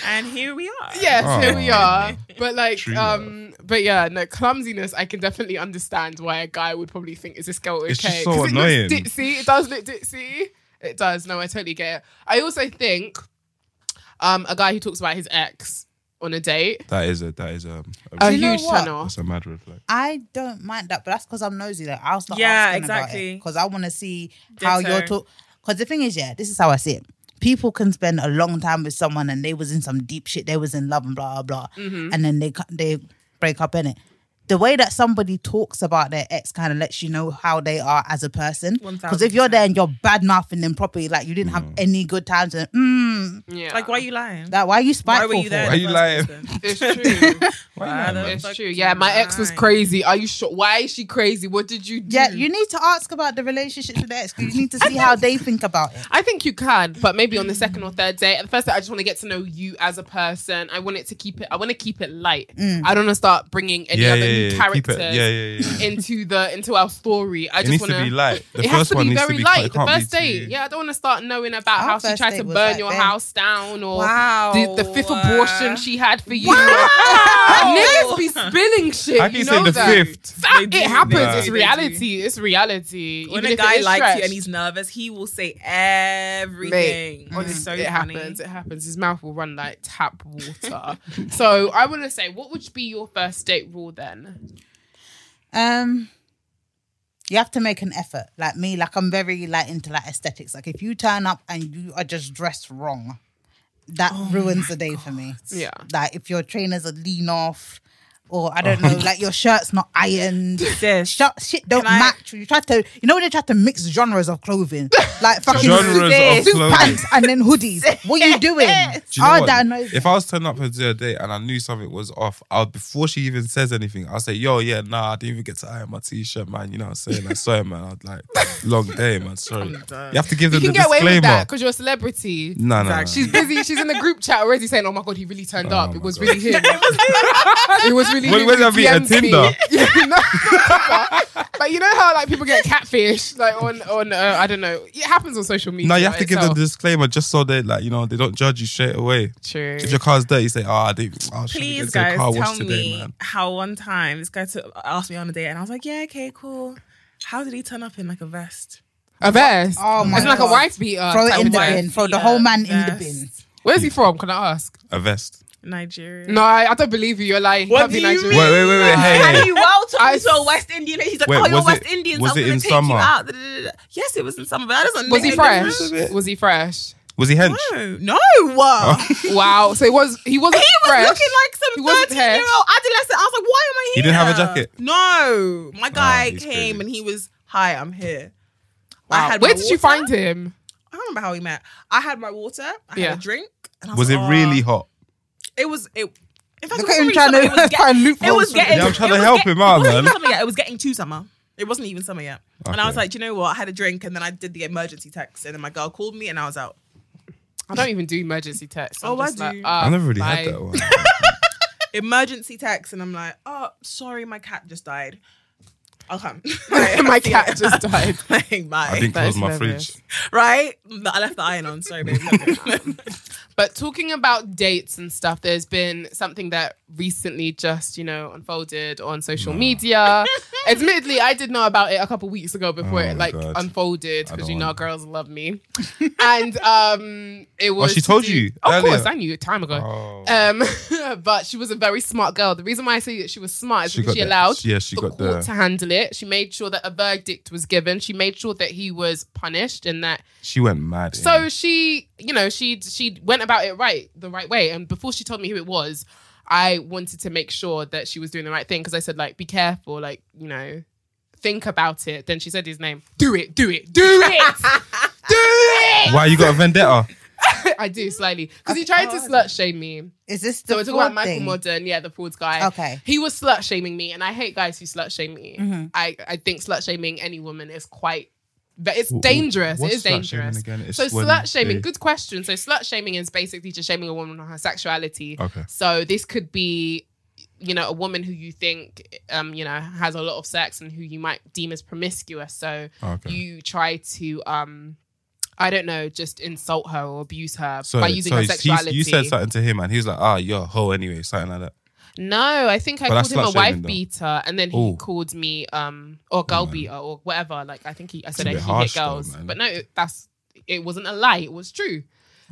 A: And here we are.
C: Yes, here
D: Oh.
C: we are. But like,
D: True
C: um, but yeah, no clumsiness. I can definitely understand why a guy would probably think, "Is this girl okay?"
D: It's
C: 'Cause
D: just so
C: it looks
D: annoying.
C: Ditzy. It does look ditzy. It does. No, I totally get it. I also think, um, a guy who talks about his ex on a date,
D: That is a that is a,
C: a
D: a
B: you know
C: huge
B: what?
C: turn off.
D: that's a mad red flag.
B: I don't mind that, but that's because I'm nosy. Like I'll start
A: Yeah,
B: asking
A: exactly.
B: because I want to see how
A: Ditto.
B: you're talk. Because the thing is, yeah, this is how I see it. People can spend a long time with someone and they was in some deep shit. They was in love and blah blah, blah
A: Mm-hmm.
B: and then they cu- they break up in it. The way that somebody talks about their ex kind of lets you know how they are as a person. Because if you're there and you're bad mouthing them properly, like you didn't have any good times, and mm,
C: Yeah,
A: Like, why are you lying?
B: that why are you
A: why
B: spiteful?
A: were you there?
D: Why
A: in
D: you
A: the
D: lying?
A: first place then?
C: It's true.
A: Why the
C: it's
A: fuck
C: true.
A: you
C: Yeah, my ex was
A: lying?
C: crazy. Are you sure? Why is she crazy? What did you
B: For?
C: do?
A: Mm.
B: Yeah, you need to ask about the relationships with their ex. 'cause You need to see how they think about it.
C: I think you can, but maybe on the second or third day. At the first day, I just want to get to know you as a person. I want it to keep it. I want to keep it light.
B: Mm.
C: I don't want to start bringing any
D: Yeah,
C: other
D: yeah,
C: new
D: yeah. Keep
C: characters
D: it. Yeah, yeah, yeah.
C: into the into our story. I
D: It
C: just
D: needs
C: want
D: to be light. The first one needs to be quite- it
C: The
D: can't be
C: first date,
D: too-
C: yeah. I don't want to start knowing about
B: Our
C: how she
B: first
C: tried to
B: date was
C: burn
B: like
C: your
B: that.
C: house down or
A: Wow.
C: the, the fifth abortion she had for you. Niggas be spilling shit.
D: I can
C: you
D: say
C: know
D: the
C: that.
D: fifth.
C: That-
A: They
C: it
A: do,
C: happens.
D: they do,
C: It's
A: they do.
C: reality. It's reality.
A: When
C: Even
A: a
C: if it
A: guy
C: is
A: likes you
C: stretched.
A: and he's nervous, he will say everything.
C: Mate,
A: oh,
C: honestly,
A: it's so
C: it
A: funny.
C: happens. It happens. His mouth will run like tap water. so I want to say, what would be your first date rule then?
B: Um, you have to make an effort. Like me, like I'm very like into like aesthetics. Like if you turn up and you are just dressed wrong, that
C: Oh
B: ruins the day for me.
C: Yeah.
B: Like if your trainers are lean off, or
D: Oh
B: I don't know, like your shirt's not ironed.
A: Sis.
B: Shut, shit don't
A: Can I-
B: match. You try to, you know, when they try to mix genres of clothing, like fucking
D: Genres of
B: suit
D: clothing.
B: pants and then hoodies. What are you doing?
D: Do you know
B: Oh,
D: what?
B: that annoys
D: If I was turning up for a date and I knew something was off, I would before she even says anything, I'll say, "Yo, yeah, nah, I didn't even get to iron my t-shirt, man." You know what I'm saying? Like, sorry, man. I'd like long day, man. Sorry. You have to give
C: You can
D: them the
C: get away with that
D: disclaimer.
C: because you're a celebrity.
D: No, no, no.
C: She's busy. She's in the group chat already saying, "Oh my god, he really turned up.
D: my
C: It was
D: God.
C: really him. it was really
D: What-
C: him.
D: what
C: He
D: does that mean? A
C: DMs me."
D: Tinder?
C: Yeah, no, not Tinder. But you know how like people get catfish, like on on uh, I don't know. It happens on social media.
D: No, you have to give them
C: itself.
D: the disclaimer just so they like you know they don't judge you straight away.
C: True.
D: If your car's dirty, say, "Oh, I didn't." Oh, I should've
A: Please,
D: get to the
A: guys,
D: car wash
A: tell
D: today,
A: me
D: man.
A: how one time this guy took, asked me on a date, and I was like, "Yeah, okay, cool." How did he turn up in like a vest?
C: A vest.
B: Oh my
C: It's like a
B: God.
C: wife beater.
B: Throw
C: type
B: it in
C: of
B: the
C: wife.
B: bin. Throw the
A: Yeah,
B: whole man in the
A: vest.
B: bin.
C: Where's he from? Can I ask?
D: A vest.
A: Nigeria.
C: No, I, I don't believe you. You're lying.
A: What
C: Can't
A: do
C: be
A: you
C: Nigerian.
A: mean?
D: Wait, wait, wait, wait. Hey,
A: How
D: hey.
A: do you well talk
C: I-
A: to a West Indian? He's like,
D: Wait,
A: oh, you're
D: was
A: West
D: it-
A: Indian.
D: was
A: I'm
D: it
A: gonna
D: in
A: take
D: summer?
A: you out. Da, da, da, da. Yes, it was in summer. But that doesn't
C: Was
A: make
C: he
A: any
C: fresh?
A: difference.
C: Was he fresh?
D: Was he hench?
A: No, no.
D: Oh.
C: Wow. So it was. He wasn't
A: He was
C: fresh.
A: looking like
C: He
A: some
C: wasn't
A: thirteen-year-old adolescent. I was like, why am I here?
D: He didn't have a jacket?
A: No, my guy
D: he's
A: came
D: crazy.
A: and he was, "Hi, I'm here."
C: Wow.
A: I had
C: Uh, Where
A: my
C: did you
A: water.
C: find him?
A: I can't remember how we met. I had my water, I had
C: Yeah.
A: a drink. And I
D: Was it
A: like,
D: really
A: "Oh."
D: hot?
A: It was. It. In fact,
B: Look
A: it
B: at him
A: was
B: trying
A: already
B: to
A: summer. It was get-
B: find loopholes.
A: It was getting.
D: Yeah, I'm trying
A: it
D: to
A: was
D: help
A: get-
D: him out,
A: it wasn't even
D: man.
A: summer yet. It was getting to summer. It wasn't even summer yet. And I was
D: Okay.
A: like, do you know what? I had a drink, and then I did the emergency text, and then my girl called me, and I was out.
C: I don't even do emergency texts. I'm
A: Oh, I
C: just like,
A: do.
C: uh,
D: I never really
C: bye.
D: had that one.
A: Emergency text, and I'm like, oh, sorry, my cat just died. I'll come.
C: My cat just died.
A: Like, bye.
D: I didn't
C: That
D: close
C: is
D: my
C: hilarious.
D: fridge.
A: right? I left the iron on. Sorry, baby.
C: But talking about dates and stuff, there's been something that recently just, you know, unfolded on social media. Admittedly, I did know about it a couple weeks ago before
D: Oh
C: it
D: my
C: like
D: God.
C: unfolded
D: I
C: because
D: don't
C: you know
D: want-
C: girls love me. and um it was
D: Oh, she
C: to
D: told
C: do-
D: you
C: Of course,
D: earlier.
C: I knew a time ago.
D: Oh.
C: Um, but she was a very smart girl. The reason why I say that she was smart is
D: She
C: because
D: got
C: she
D: the-
C: allowed
D: yeah, she
C: the court
D: got the-
C: to handle it. She made sure that a verdict was given. She made sure that he was punished and that
D: She went mad.
C: so she, you know, she she went about it right, the right way. And before she told me who it was, I wanted to make sure that she was doing the right thing because I said like, be careful, like you know, think about it. Then she said his name. Do it, do it, do it, do it.
D: Why you got a vendetta?
C: I do slightly because he tried to slut shame me.
B: Is this
C: So
B: Oh, the
C: we're talking
B: fraud
C: about Michael
B: thing?
C: Modern, yeah, the fraud guy.
B: Okay. Mm-hmm.
C: He was slut shaming me, and I hate guys who slut shame me. I, I think slut shaming any woman is quite, but it's
D: Wh- wh-
C: dangerous.
D: what's
C: it is
D: slut shaming
C: dangerous.
D: again? It's
C: so
D: when
C: slut shaming,
D: they-
C: good question. So slut shaming is basically just shaming a woman on her sexuality.
D: Okay.
C: So this could be, you know, a woman who you think, um, you know, has a lot of sex and who you might deem as promiscuous. So
D: Okay.
C: you try to, um, I don't know, just insult her or abuse her
D: So,
C: by using
D: so
C: her
D: he-
C: sexuality.
D: you said something to him, and he was like, "Ah, you're a hoe anyway," something like that.
C: No, I think I
D: But that's
C: called him a
D: slut
C: wife
D: shaming, though.
C: beater, and then he
D: Ooh.
C: called me um or girl beater or whatever. Like I think he, I said
D: a
C: I
D: bit
C: he
D: harsh,
C: hit
D: though,
C: girls,
D: man.
C: but no, it- that's it wasn't a lie. It was true.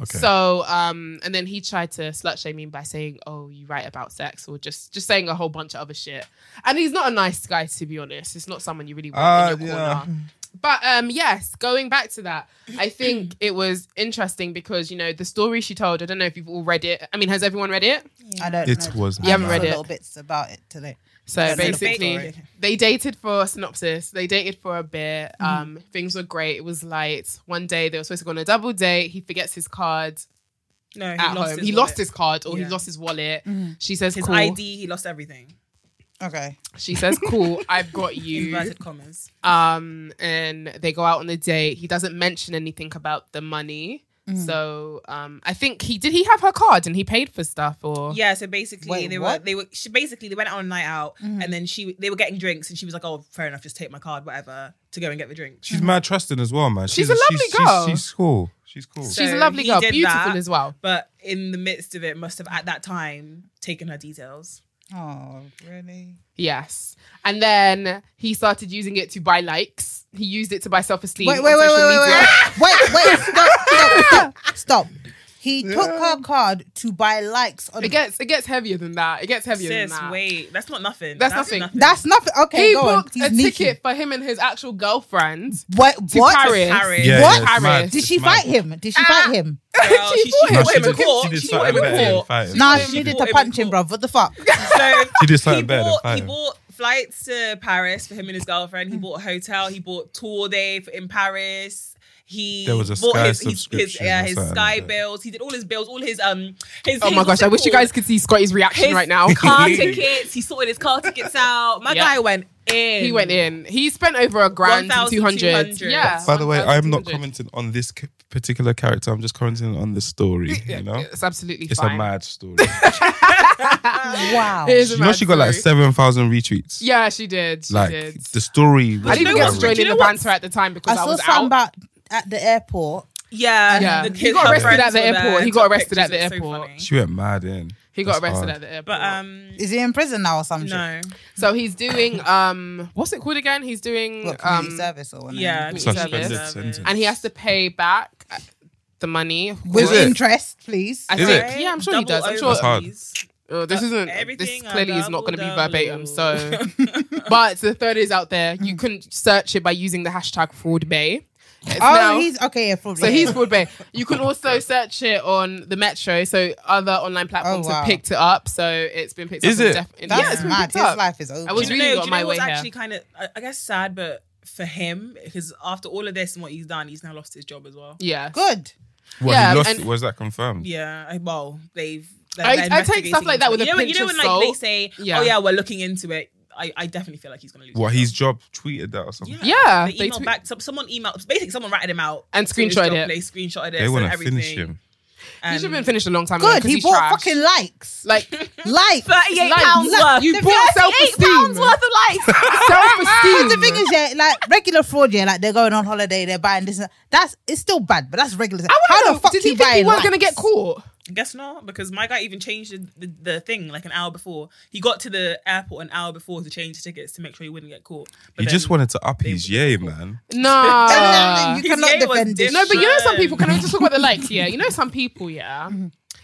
D: Okay.
C: So um, and then he tried to slut shame me by saying, "Oh, you write about sex," or just just saying a whole bunch of other shit. And he's not a nice guy, to be honest. It's not someone you really want
D: Ah,
C: in your
D: yeah.
C: corner. But um, yes, going back to that, I think it was interesting because you know the story she told. I don't know if you've all read it. I mean, has everyone read it?
B: I don't
D: It
B: know.
D: was
B: I
C: haven't
B: saw
C: read it.
B: little bits about it today.
C: So
B: Yeah, they
C: basically,
B: dated.
C: they dated for synopsis. They dated for a bit.
A: Mm-hmm.
C: Um, things were great. It was light. One day they were supposed to go on a double date. He forgets his card
A: no, he
C: at
A: lost
C: home.
A: His
C: he
A: wallet.
C: lost his card or
A: Yeah.
C: he lost his wallet.
B: Mm.
C: She says,
A: his
C: "Cool."
A: ID. He lost everything.
B: Okay.
C: She says, "Cool, I've got you."
A: Inverted commas.
C: Um, and they go out on a date. He doesn't mention anything about the money.
B: Mm.
C: So um, I think he did. He have her card and he paid for stuff. Or
A: Yeah, so basically
B: Wait,
A: they
B: what?
A: were they were she basically they went out on a night out
C: Mm-hmm.
A: and then she they were getting drinks and she was like, Oh, fair enough, just take my card, whatever, to go and get the drinks.
D: She's mad trusting as well, man.
C: She's a lovely
D: she's,
C: girl.
D: She's, she's cool. She's cool.
A: So
C: she's a lovely
A: he
C: girl,
A: did
C: beautiful
A: that.
C: as well.
A: But in the midst of it, must have at that time taken her details.
B: Oh, really?
C: Yes. And then he started using it to buy likes. He used it to buy self esteem.
B: Wait, wait, wait, wait, wait, wait, wait, wait, stop, stop, stop, stop. He took her card to buy likes on
C: It gets it gets heavier than that. It gets heavier
A: Sis,
C: than that.
A: wait, that's not nothing.
C: That's nothing.
B: That's nothing. Okay,
C: He
B: go on.
C: booked
B: He's
C: a
B: sneaky.
C: ticket for him and his actual girlfriend.
B: What?
C: to
B: What?
C: Paris. Ah.
A: Paris.
D: Yeah,
B: What?
D: yeah, it's mad.
C: Did
B: Did she
D: It's mad.
B: fight him? Did she fight him?
A: Girl, she, she,
C: fought him.
D: No,
A: fought him
D: she
A: in
D: did,
A: court.
D: she did
A: She fought him
D: something better
A: in
D: than
A: court.
D: fighting.
B: Nah,
D: She
B: she
D: did-
B: needed
A: fought
B: to
A: him
B: punch
A: in
B: him,
A: court.
B: bruv. What the fuck?
A: So
D: She did
A: he
D: something better than
A: bought, he
D: fighting.
A: bought flights to Paris for him and his girlfriend. He
C: Mm.
A: bought a hotel. He bought tour day for, in Paris. He
D: There was a
A: bought
D: Sky
A: his, his, his,
D: subscription
A: yeah,
D: or
A: his
D: something
A: Sky
D: like that.
A: bills. He did all his bills, all his um. His,
C: Oh
A: his-
C: my gosh,
A: what's
C: I
A: it
C: wish you
A: called?
C: guys could see Scotty's reaction
A: His
C: right now.
A: car tickets. He sorted his car tickets out. My
C: Yeah.
A: guy went in.
C: He went in. He spent over a grand and
A: 1,200.
C: 200. Yeah.
D: By the way, I'm not
C: 1,200.
D: commenting on this c- particular character. I'm just commenting on the story. You know,
C: It's absolutely
D: it's
C: fine.
D: a mad story.
B: Wow.
C: It is a
D: you know,
C: mad
D: she got like
C: story.
D: seven thousand retweets.
C: Yeah, she did. She
D: like
C: did.
D: the story. Was
C: I didn't
A: You know
C: get
A: what's-
C: to
D: hilarious.
C: join
A: do you
C: in the
A: know what's-
C: banter at the time because
B: I
C: I,
B: saw
C: was
B: something
C: out.
B: about at the airport.
A: Yeah,
C: Yeah.
A: and the-
C: He
A: his-
C: got
A: her
C: arrested
A: friends
C: at the
A: were there
C: airport. He
A: and
C: got
A: took
C: arrested at
A: pictures.
C: the
A: It's so
C: airport.
A: funny.
D: She went mad in.
C: He got
D: That's
C: arrested
D: hard.
C: at the airport.
A: But um,
B: Is he in prison now or something?
A: no,
C: So he's doing um what's it called again? He's doing
B: What, community
C: um
B: service or whatever?
A: yeah,
C: Community
D: Suspended
C: service.
D: sentence.
C: and he has to pay back the money. of
B: With
C: course.
D: it?
B: interest, please.
C: I
D: Is
C: think
D: it?
C: yeah, I'm sure he
A: Double
C: does. I'm
D: That's
C: sure
D: hard.
A: overseas.
C: uh, this isn't this
A: Everything I
C: clearly is not going to be
A: double,
C: verbatim. So,
A: double.
C: but the third is out there. You can search it by using the hashtag fraud bay. It's
B: Oh,
C: now-
B: he's okay. Yeah, probably.
C: So
B: yeah.
C: he's Broadway. You can also search it on the Metro. So other online platforms
B: Oh, wow.
C: have picked it up. So it's been picked
D: Is
C: up. and
D: it?
C: def-
B: That's
C: yeah, it's been
B: mad.
C: picked
B: His
C: up.
B: life is over.
C: I was
A: Do you
C: really
A: know,
C: got
A: do you
C: my
A: know what's
C: way here.
A: actually kind of, I, I guess, sad, but for him because after all of this and what he's done, he's now lost his job as well.
C: Yeah.
B: Good.
D: Well,
C: Yeah,
D: he lost
C: and-
D: it. Was that confirmed?
A: Yeah, I- well, they've. they're
C: I- I take
A: investigating
C: stuff like that with a
A: into it. you know, when-
C: pinch
A: you know
C: of
A: when like they
C: salt.
A: say,
C: Yeah.
A: "Oh yeah, we're looking into it." I, I definitely feel like he's gonna lose.
D: What
A: his
D: his
A: job.
D: job tweeted that or something.
C: Yeah,
A: they,
C: they
A: emailed
C: tweet-
A: back. Some, someone emailed. Basically, someone ratted him out
C: And
A: to his job
C: screenshotted it.
A: Place, screenshotted it.
D: They want
A: sent
D: to finish
A: everything,
D: him.
C: He
A: and-
C: should have been finished a long time ago.
B: Good.
C: 'cause
B: He
C: he's
B: bought
C: trash.
B: fucking likes.
C: like
B: Likes.
C: Like, you- You bought self esteem.
E: of likes.
C: Self
B: the
C: esteem.
B: thing is, yeah, like regular fraud, yeah, like they're going on holiday, they're buying this. and- That's it's still bad, but that's regular. How the fuck
C: did
B: you
C: he think he
B: buying
C: was gonna
B: likes?
C: get caught?
A: I guess not, because my guy even changed the, the, the thing like an hour before. He got to the airport an hour before to change tickets to make sure he wouldn't get caught. But
D: He
A: then-
D: just wanted to up his yay, man.
B: And then
C: Nah.
B: you cannot
A: His game was
B: defend this.
C: No, but you know some
A: Shame.
C: people. Can I just talk about the likes? Yeah, you know some people. Yeah,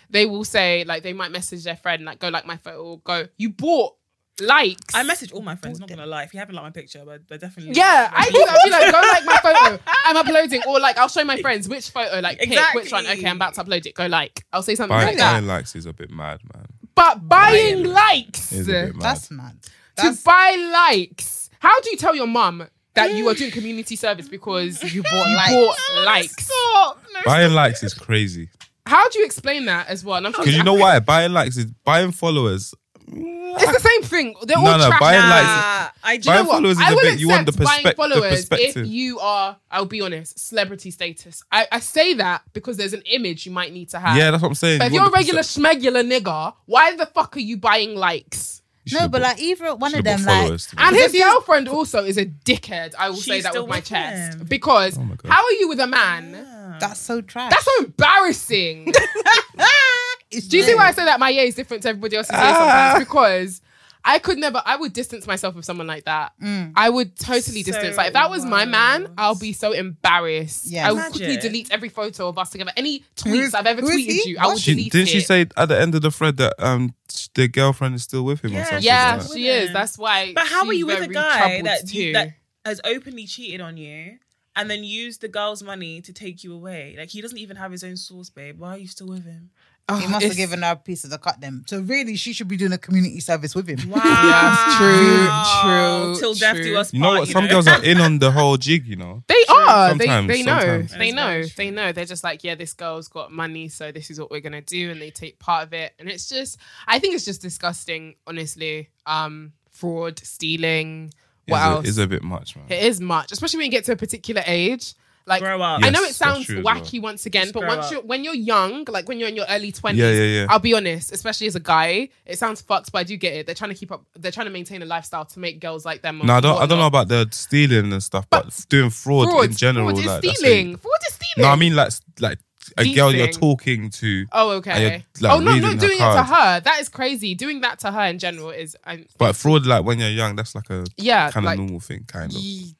C: they will say like they might message their friend like go like my photo or go you bought likes.
A: I message all my friends. Not gonna lie, if you haven't liked my picture, but, but definitely.
C: Yeah, I do. I'll be like, go like my photo. I'm uploading, or like I'll show my friends which photo, like pick which one.
A: Exactly.
C: Okay, I'm about to upload it. Go like. I'll say something
D: Buying,
C: like that.
D: buying likes is a bit mad, man.
C: But buying likes
D: It is a bit
C: to
D: mad.
B: That's mad. That's
C: buy likes. How do you tell your mum that you are doing community service because you
B: you bought likes.
C: bought likes?
D: buying likes is crazy.
C: How do you explain that as well? And I'm sure
D: Because you know why? Buying likes is buying followers.
C: Oh, it's the same thing. They're
D: No,
C: all
D: no,
C: trash.
D: buying
C: Nah.
D: likes-
A: Ah, I do.
C: Do you
D: Buying
C: know what?
D: followers is
C: I
D: a
C: will
D: bit- you want the
C: accept buying
D: perspec- the
C: followers
D: perspective.
C: If you are, I'll be honest, celebrity status. I, I say that because there's an image you might need to have.
D: Yeah, that's what I'm saying.
C: But if
D: You
C: you're a
D: want the
C: regular
D: percep-
C: schmegular nigger, why the fuck are you buying likes?
D: You
B: No,
D: should've
B: but
D: bought-
B: like either one of
D: should've bought
B: them, like
D: followers to be
C: And
D: honest.
C: his girlfriend also is a dickhead. I will say
A: She's
C: that
A: still
C: with my
A: with
C: chest.
A: him.
C: Because
D: Oh my God.
C: how are you with a man?
B: that's so trash.
C: That's so embarrassing.
B: It's
C: Do you see
B: real.
C: why I say that my year is different to everybody else's year sometimes? Because I could never, I would distance myself with someone like that. I would totally
A: So
C: distance. Like, if that was my man,
A: wild.
C: I'll be so embarrassed.
B: Yeah.
C: I would quickly
A: Imagine.
C: delete every photo of us together. Any
B: Who
C: tweets
B: is-
C: I've ever
B: who is
C: tweeted
B: he?
C: you, I would
B: What?
D: She,
C: delete
D: didn't
C: it.
D: she say at the end of the thread that um the girlfriend is still with him or
A: Yeah,
D: something?
C: Yeah,
D: like that?
A: She's
C: she
A: a
C: is.
A: woman.
C: That's why.
A: But how are
C: she's
A: you with a
C: very
A: guy
C: troubled
A: that,
C: too.
A: you, that has openly cheated on you and then used the girl's money to take you away? Like he doesn't even have his own source, babe. Why are you still with him?
C: Oh,
B: He must have
C: it's-
B: given her a piece of the cut then. So really, she should be doing a community service with him.
A: Wow.
C: Yes, true, true,
A: Till death
C: true.
A: do us
D: You know
A: part,
D: what? Some girls are in on the whole jig. You know.
C: They are. They,
D: Sometimes,
C: they know.
D: sometimes.
C: They
A: That's
C: know.
A: very
C: They know. They're just like, yeah, this girl's got money, so this is what we're gonna do, and they take part of it. And it's just, I think it's just disgusting, honestly. Um, fraud, stealing. What
D: It's a-
C: else?
D: It's a bit much, man.
C: it is much, especially when you get to a particular age. Like,
A: Grow up.
C: I know
D: Yes,
C: it
D: that's
C: sounds
D: true as well.
C: wacky once again,
A: Just
C: but
A: grow
C: once
A: up.
C: you're when you're young, like when you're in your early twenties,
D: Yeah, yeah, yeah.
C: I'll be honest, especially as a guy, it sounds fucked, but I do get it. They're trying to keep up. They're trying to maintain a lifestyle to make girls like them. and
D: No, I don't. I don't know
C: whatnot.
D: about the stealing and stuff, but, doing fraud,
C: fraud
D: in general,
C: Fraud is
D: like that's
C: stealing.
D: it.
C: Fraud is stealing.
D: No, I mean like like a
C: Deep
D: girl you're
C: thing.
D: talking to.
C: Oh,
D: And
C: okay.
D: you're, like,
C: oh, no,
D: reading
C: not
D: her
C: doing it to
D: card.
C: her. That is crazy. Doing that to her in general is, I'm,
D: But fraud, like when you're young, that's like a
C: yeah,
D: kind of
C: like,
D: normal thing, kind of.
C: ye- e,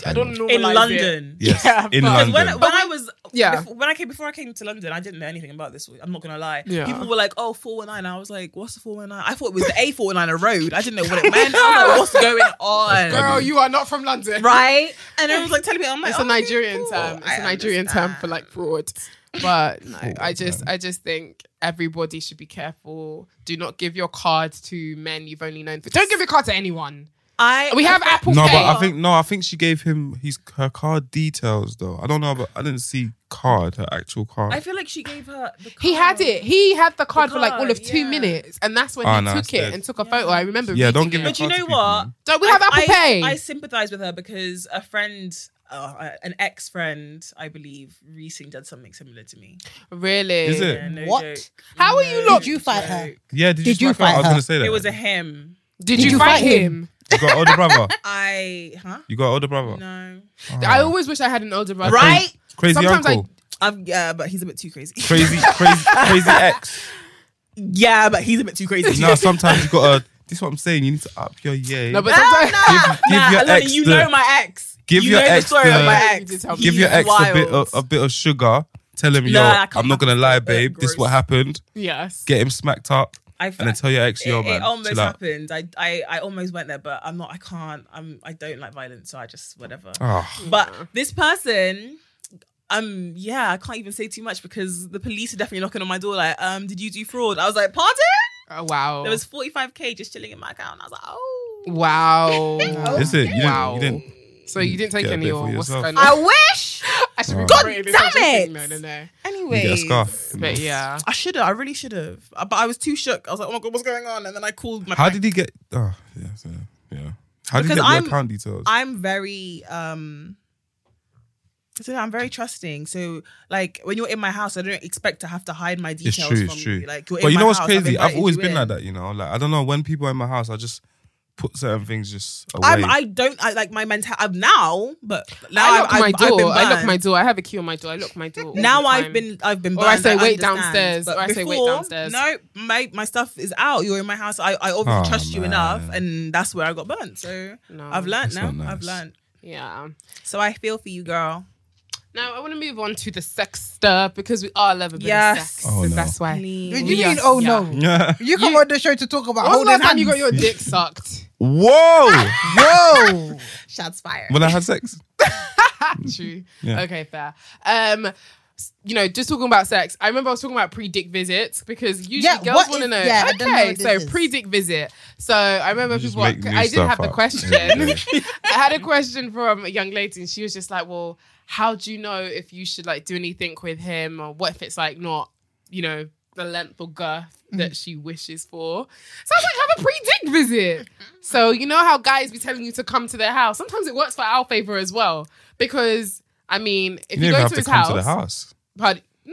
C: I
D: Kind
C: don't
D: of.
C: know.
A: in London.
D: Yes,
C: Yeah,
D: in
C: but-
D: London.
A: When, when I was
C: Yeah.
A: before, when I came before I came to London, I didn't know anything about this. I'm not gonna lie.
C: Yeah.
A: People were like, "Oh, 419. I was like, "What's the 419? I thought it was the A 419 a road. I didn't know what it meant. I was like, "What's going on?"
C: Girl, you are not from London.
A: right? And everyone was like, telling me, "Oh, "I'm like,
C: It's a
A: okay,
C: Nigerian
A: cool.
C: term. It's
A: I
C: a Nigerian term for like fraud. But no, I just, I just think everybody should be careful. Do not give your card to men you've only known. For- don't give your card to anyone.
A: I
C: We have Apple
D: no,
C: Pay.
D: but I think no, I think she gave him his her card details though. I don't know, but I didn't see card her actual card.
A: I feel like she gave her. The
C: He had
A: card.
C: it. He had the card, for like all
A: card,
C: of two
A: yeah.
C: minutes, and that's when
D: Oh,
C: he
D: no,
C: took
D: it's
C: it
D: dead.
C: and took a photo. I remember.
D: Yeah, don't
C: reading
D: give
C: it.
D: your
A: But you
D: card to
A: know
D: people,
A: what?
D: man.
C: Don't we have
A: I-
C: Apple
A: I-
C: Pay?
A: I sympathize with her because a friend, uh, an ex friend, I believe, recently did something similar to me.
C: Really?
D: Is it?
A: Yeah, no
B: What?
A: joke.
C: How are you lot?
B: Did you fight her?
D: Yeah, did,
B: Did you
D: you smack her?
B: fight
D: I was
B: her?
D: gonna say that.
A: It was a him.
C: Did,
B: you
C: you
B: fight
C: fight him?
D: You got an older brother.
A: I huh?
D: You got an older brother.
A: No.
C: I always wish I had an older brother.
A: Right?
D: Oh. Crazy
C: Sometimes I-
D: uncle.
A: Um, yeah, but he's a bit too crazy.
D: Crazy, crazy, crazy ex.
A: yeah, but he's a bit too crazy.
D: No, sometimes you got to. This is what I'm saying. You need to up your yeah.
C: No, but sometimes
D: give, give
A: nah,
D: your
A: Alana,
D: ex
A: you
D: the-
A: know my ex.
D: give
A: you
D: your
A: know
D: ex
A: the story
D: the-
A: of my
C: You
A: ex.
C: did tell me.
D: give your
A: He's
D: ex a bit of,
A: wild.
D: a bit of sugar. Tell him,
A: Nah,
D: yo,
A: I can't
D: I'm not
A: have
D: gonna
A: it.
D: lie,
A: It's
D: babe. This
A: gross.
D: what happened.
C: yes.
D: Get him smacked up,
A: I
D: and then tell your ex, yo,
A: it,
D: man,
A: it almost
D: chill out.
A: happened. I, I I almost went there, but I'm not. I can't. I'm. I don't like violence, so I just whatever.
D: Ah,
A: But this person, um, yeah, I can't even say too much because the police are definitely knocking on my door. Like, um, did you do fraud? I was like, pardon?
C: Oh, wow.
A: There was 45k just chilling in my account. I was like, oh,
C: wow.
D: Is it? You didn't,
C: Wow.
D: you didn't
C: So you didn't take
D: Get a
C: any
D: bit
C: or
D: for
C: what's
D: yourself.
C: going
D: I
C: on?
F: wish.
C: I should be
D: God
C: brave if
F: damn
C: I'm drinking.
F: it!
C: No, no, no.
D: You get a
F: Anyways,
D: scarf.
C: But yeah,
A: I should have. I really should have. But I was too shook. I was like, oh my god, what's going on? And then I called my.
D: How
A: bank.
D: did he get? Oh, yeah, so, yeah. How did
A: Because
D: he get
A: I'm-
D: the account details?
A: I'm very um so I'm very trusting. So like when you're in my house, I don't expect to have to hide my
D: it's
A: details
D: true,
A: from
D: it's true.
A: you. Like you're
D: but
A: in
D: you
A: my
D: know what's
A: house,
D: crazy? I've
A: invited
D: always
A: you
D: been
A: in.
D: like that. You know, like I don't know when people are in my house, I just put certain things just away.
A: I'm, I don't I, like my mentality. I'm now, but now
C: I
A: I've,
C: lock
A: I've,
C: my
A: I've been
C: door. I lock
A: banned.
C: my door. I have a key on my door. I lock my door. all the
A: Now I've
C: time.
A: been I've been
C: Or I
A: banned,
C: say, "Wait
A: understand."
C: downstairs,"
A: But
C: or I say, "Wait
A: before,
C: downstairs."
A: No, my my stuff is out. You're in my house. I, I obviously
D: Oh,
A: trust you
D: man.
A: enough, and that's where I got burnt. So
C: No.
A: I've learned
D: That's
A: now.
D: not
A: I've
D: nice.
A: learned.
C: Yeah.
A: So I feel for you, girl.
C: Now I want to move on to the sex stuff because we all love a bit
A: Yes.
C: of sex.
D: Oh,
C: and
D: no.
C: That's why.
B: You
A: Please.
B: mean,
C: Yes,
B: oh
C: yeah.
B: no.
D: Yeah.
B: You come on the show to talk about
C: When was the
B: holding
C: last time
B: hands.
C: you got your dick sucked?
D: Whoa!
B: Whoa.
F: Shots fired.
D: when I had sex.
C: True.
D: Yeah.
C: Okay, fair. Um, s- you know, just talking about sex. I remember I was talking about pre-dick visits because usually
B: Yeah,
C: girls
B: what
C: want to
B: is-
C: know.
B: yeah, I don't know
C: okay,
B: what
C: so
B: this is.
C: pre-dick visit. So I remember
D: You just
C: people. I
D: make new
C: did
D: stuff
C: have the
D: up.
C: question.
D: Yeah.
C: I had a question from a young lady, and she was just like, "Well, how do you know if you should like do anything with him, or what if it's like not, you know, the length or girth that she wishes for?" So I was like, "Have a pre-dick visit." So you know how guys be telling you to come to their house. Sometimes it works for our favor as well because I mean, if
D: You
C: you,
D: didn't even
C: go
D: have
C: to
D: to
C: his
D: come
C: house,
D: to the house.
C: pardon- mm,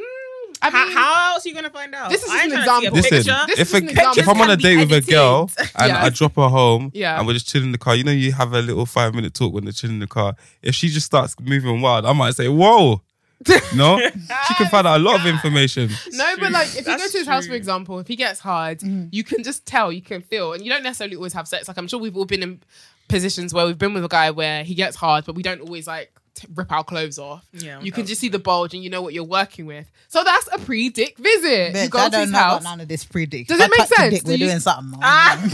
C: I
A: How,
C: mean,
A: how else are you gonna find out?
C: This is
A: I ain't
C: just an
A: trying to see a
C: example.
D: Listen,
A: picture.
C: This
D: if,
C: is
D: a,
C: an example.
D: if I'm on a
A: Can be
D: date with a
A: edited.
D: girl and
C: Yeah.
D: I drop her home
C: Yeah.
D: and we're just chilling in the car, you know, you have a little five minute talk when they're chilling in the car. If she just starts moving wild, I might say, Whoa, no, she can find out a lot of information.
C: No, but like if you go
A: That's
C: to his house, for
A: true.
C: example, if he gets hard,
B: Mm-hmm.
C: you can just tell, you can feel, and you don't necessarily always have sex. Like I'm sure we've all been in positions where we've been with a guy where he gets hard, but we don't always like t- rip our clothes off.
A: Yeah,
C: you can just see the bulge, and you know what you're working with. So that's a pre-dick visit.
B: Bitch,
C: you go
B: I
C: to his
B: don't know about
C: house.
B: none of this predict.
C: Does it make sense? Ah.
B: Dick,
C: Do
B: we're
C: you-
B: doing something.
C: Pardon?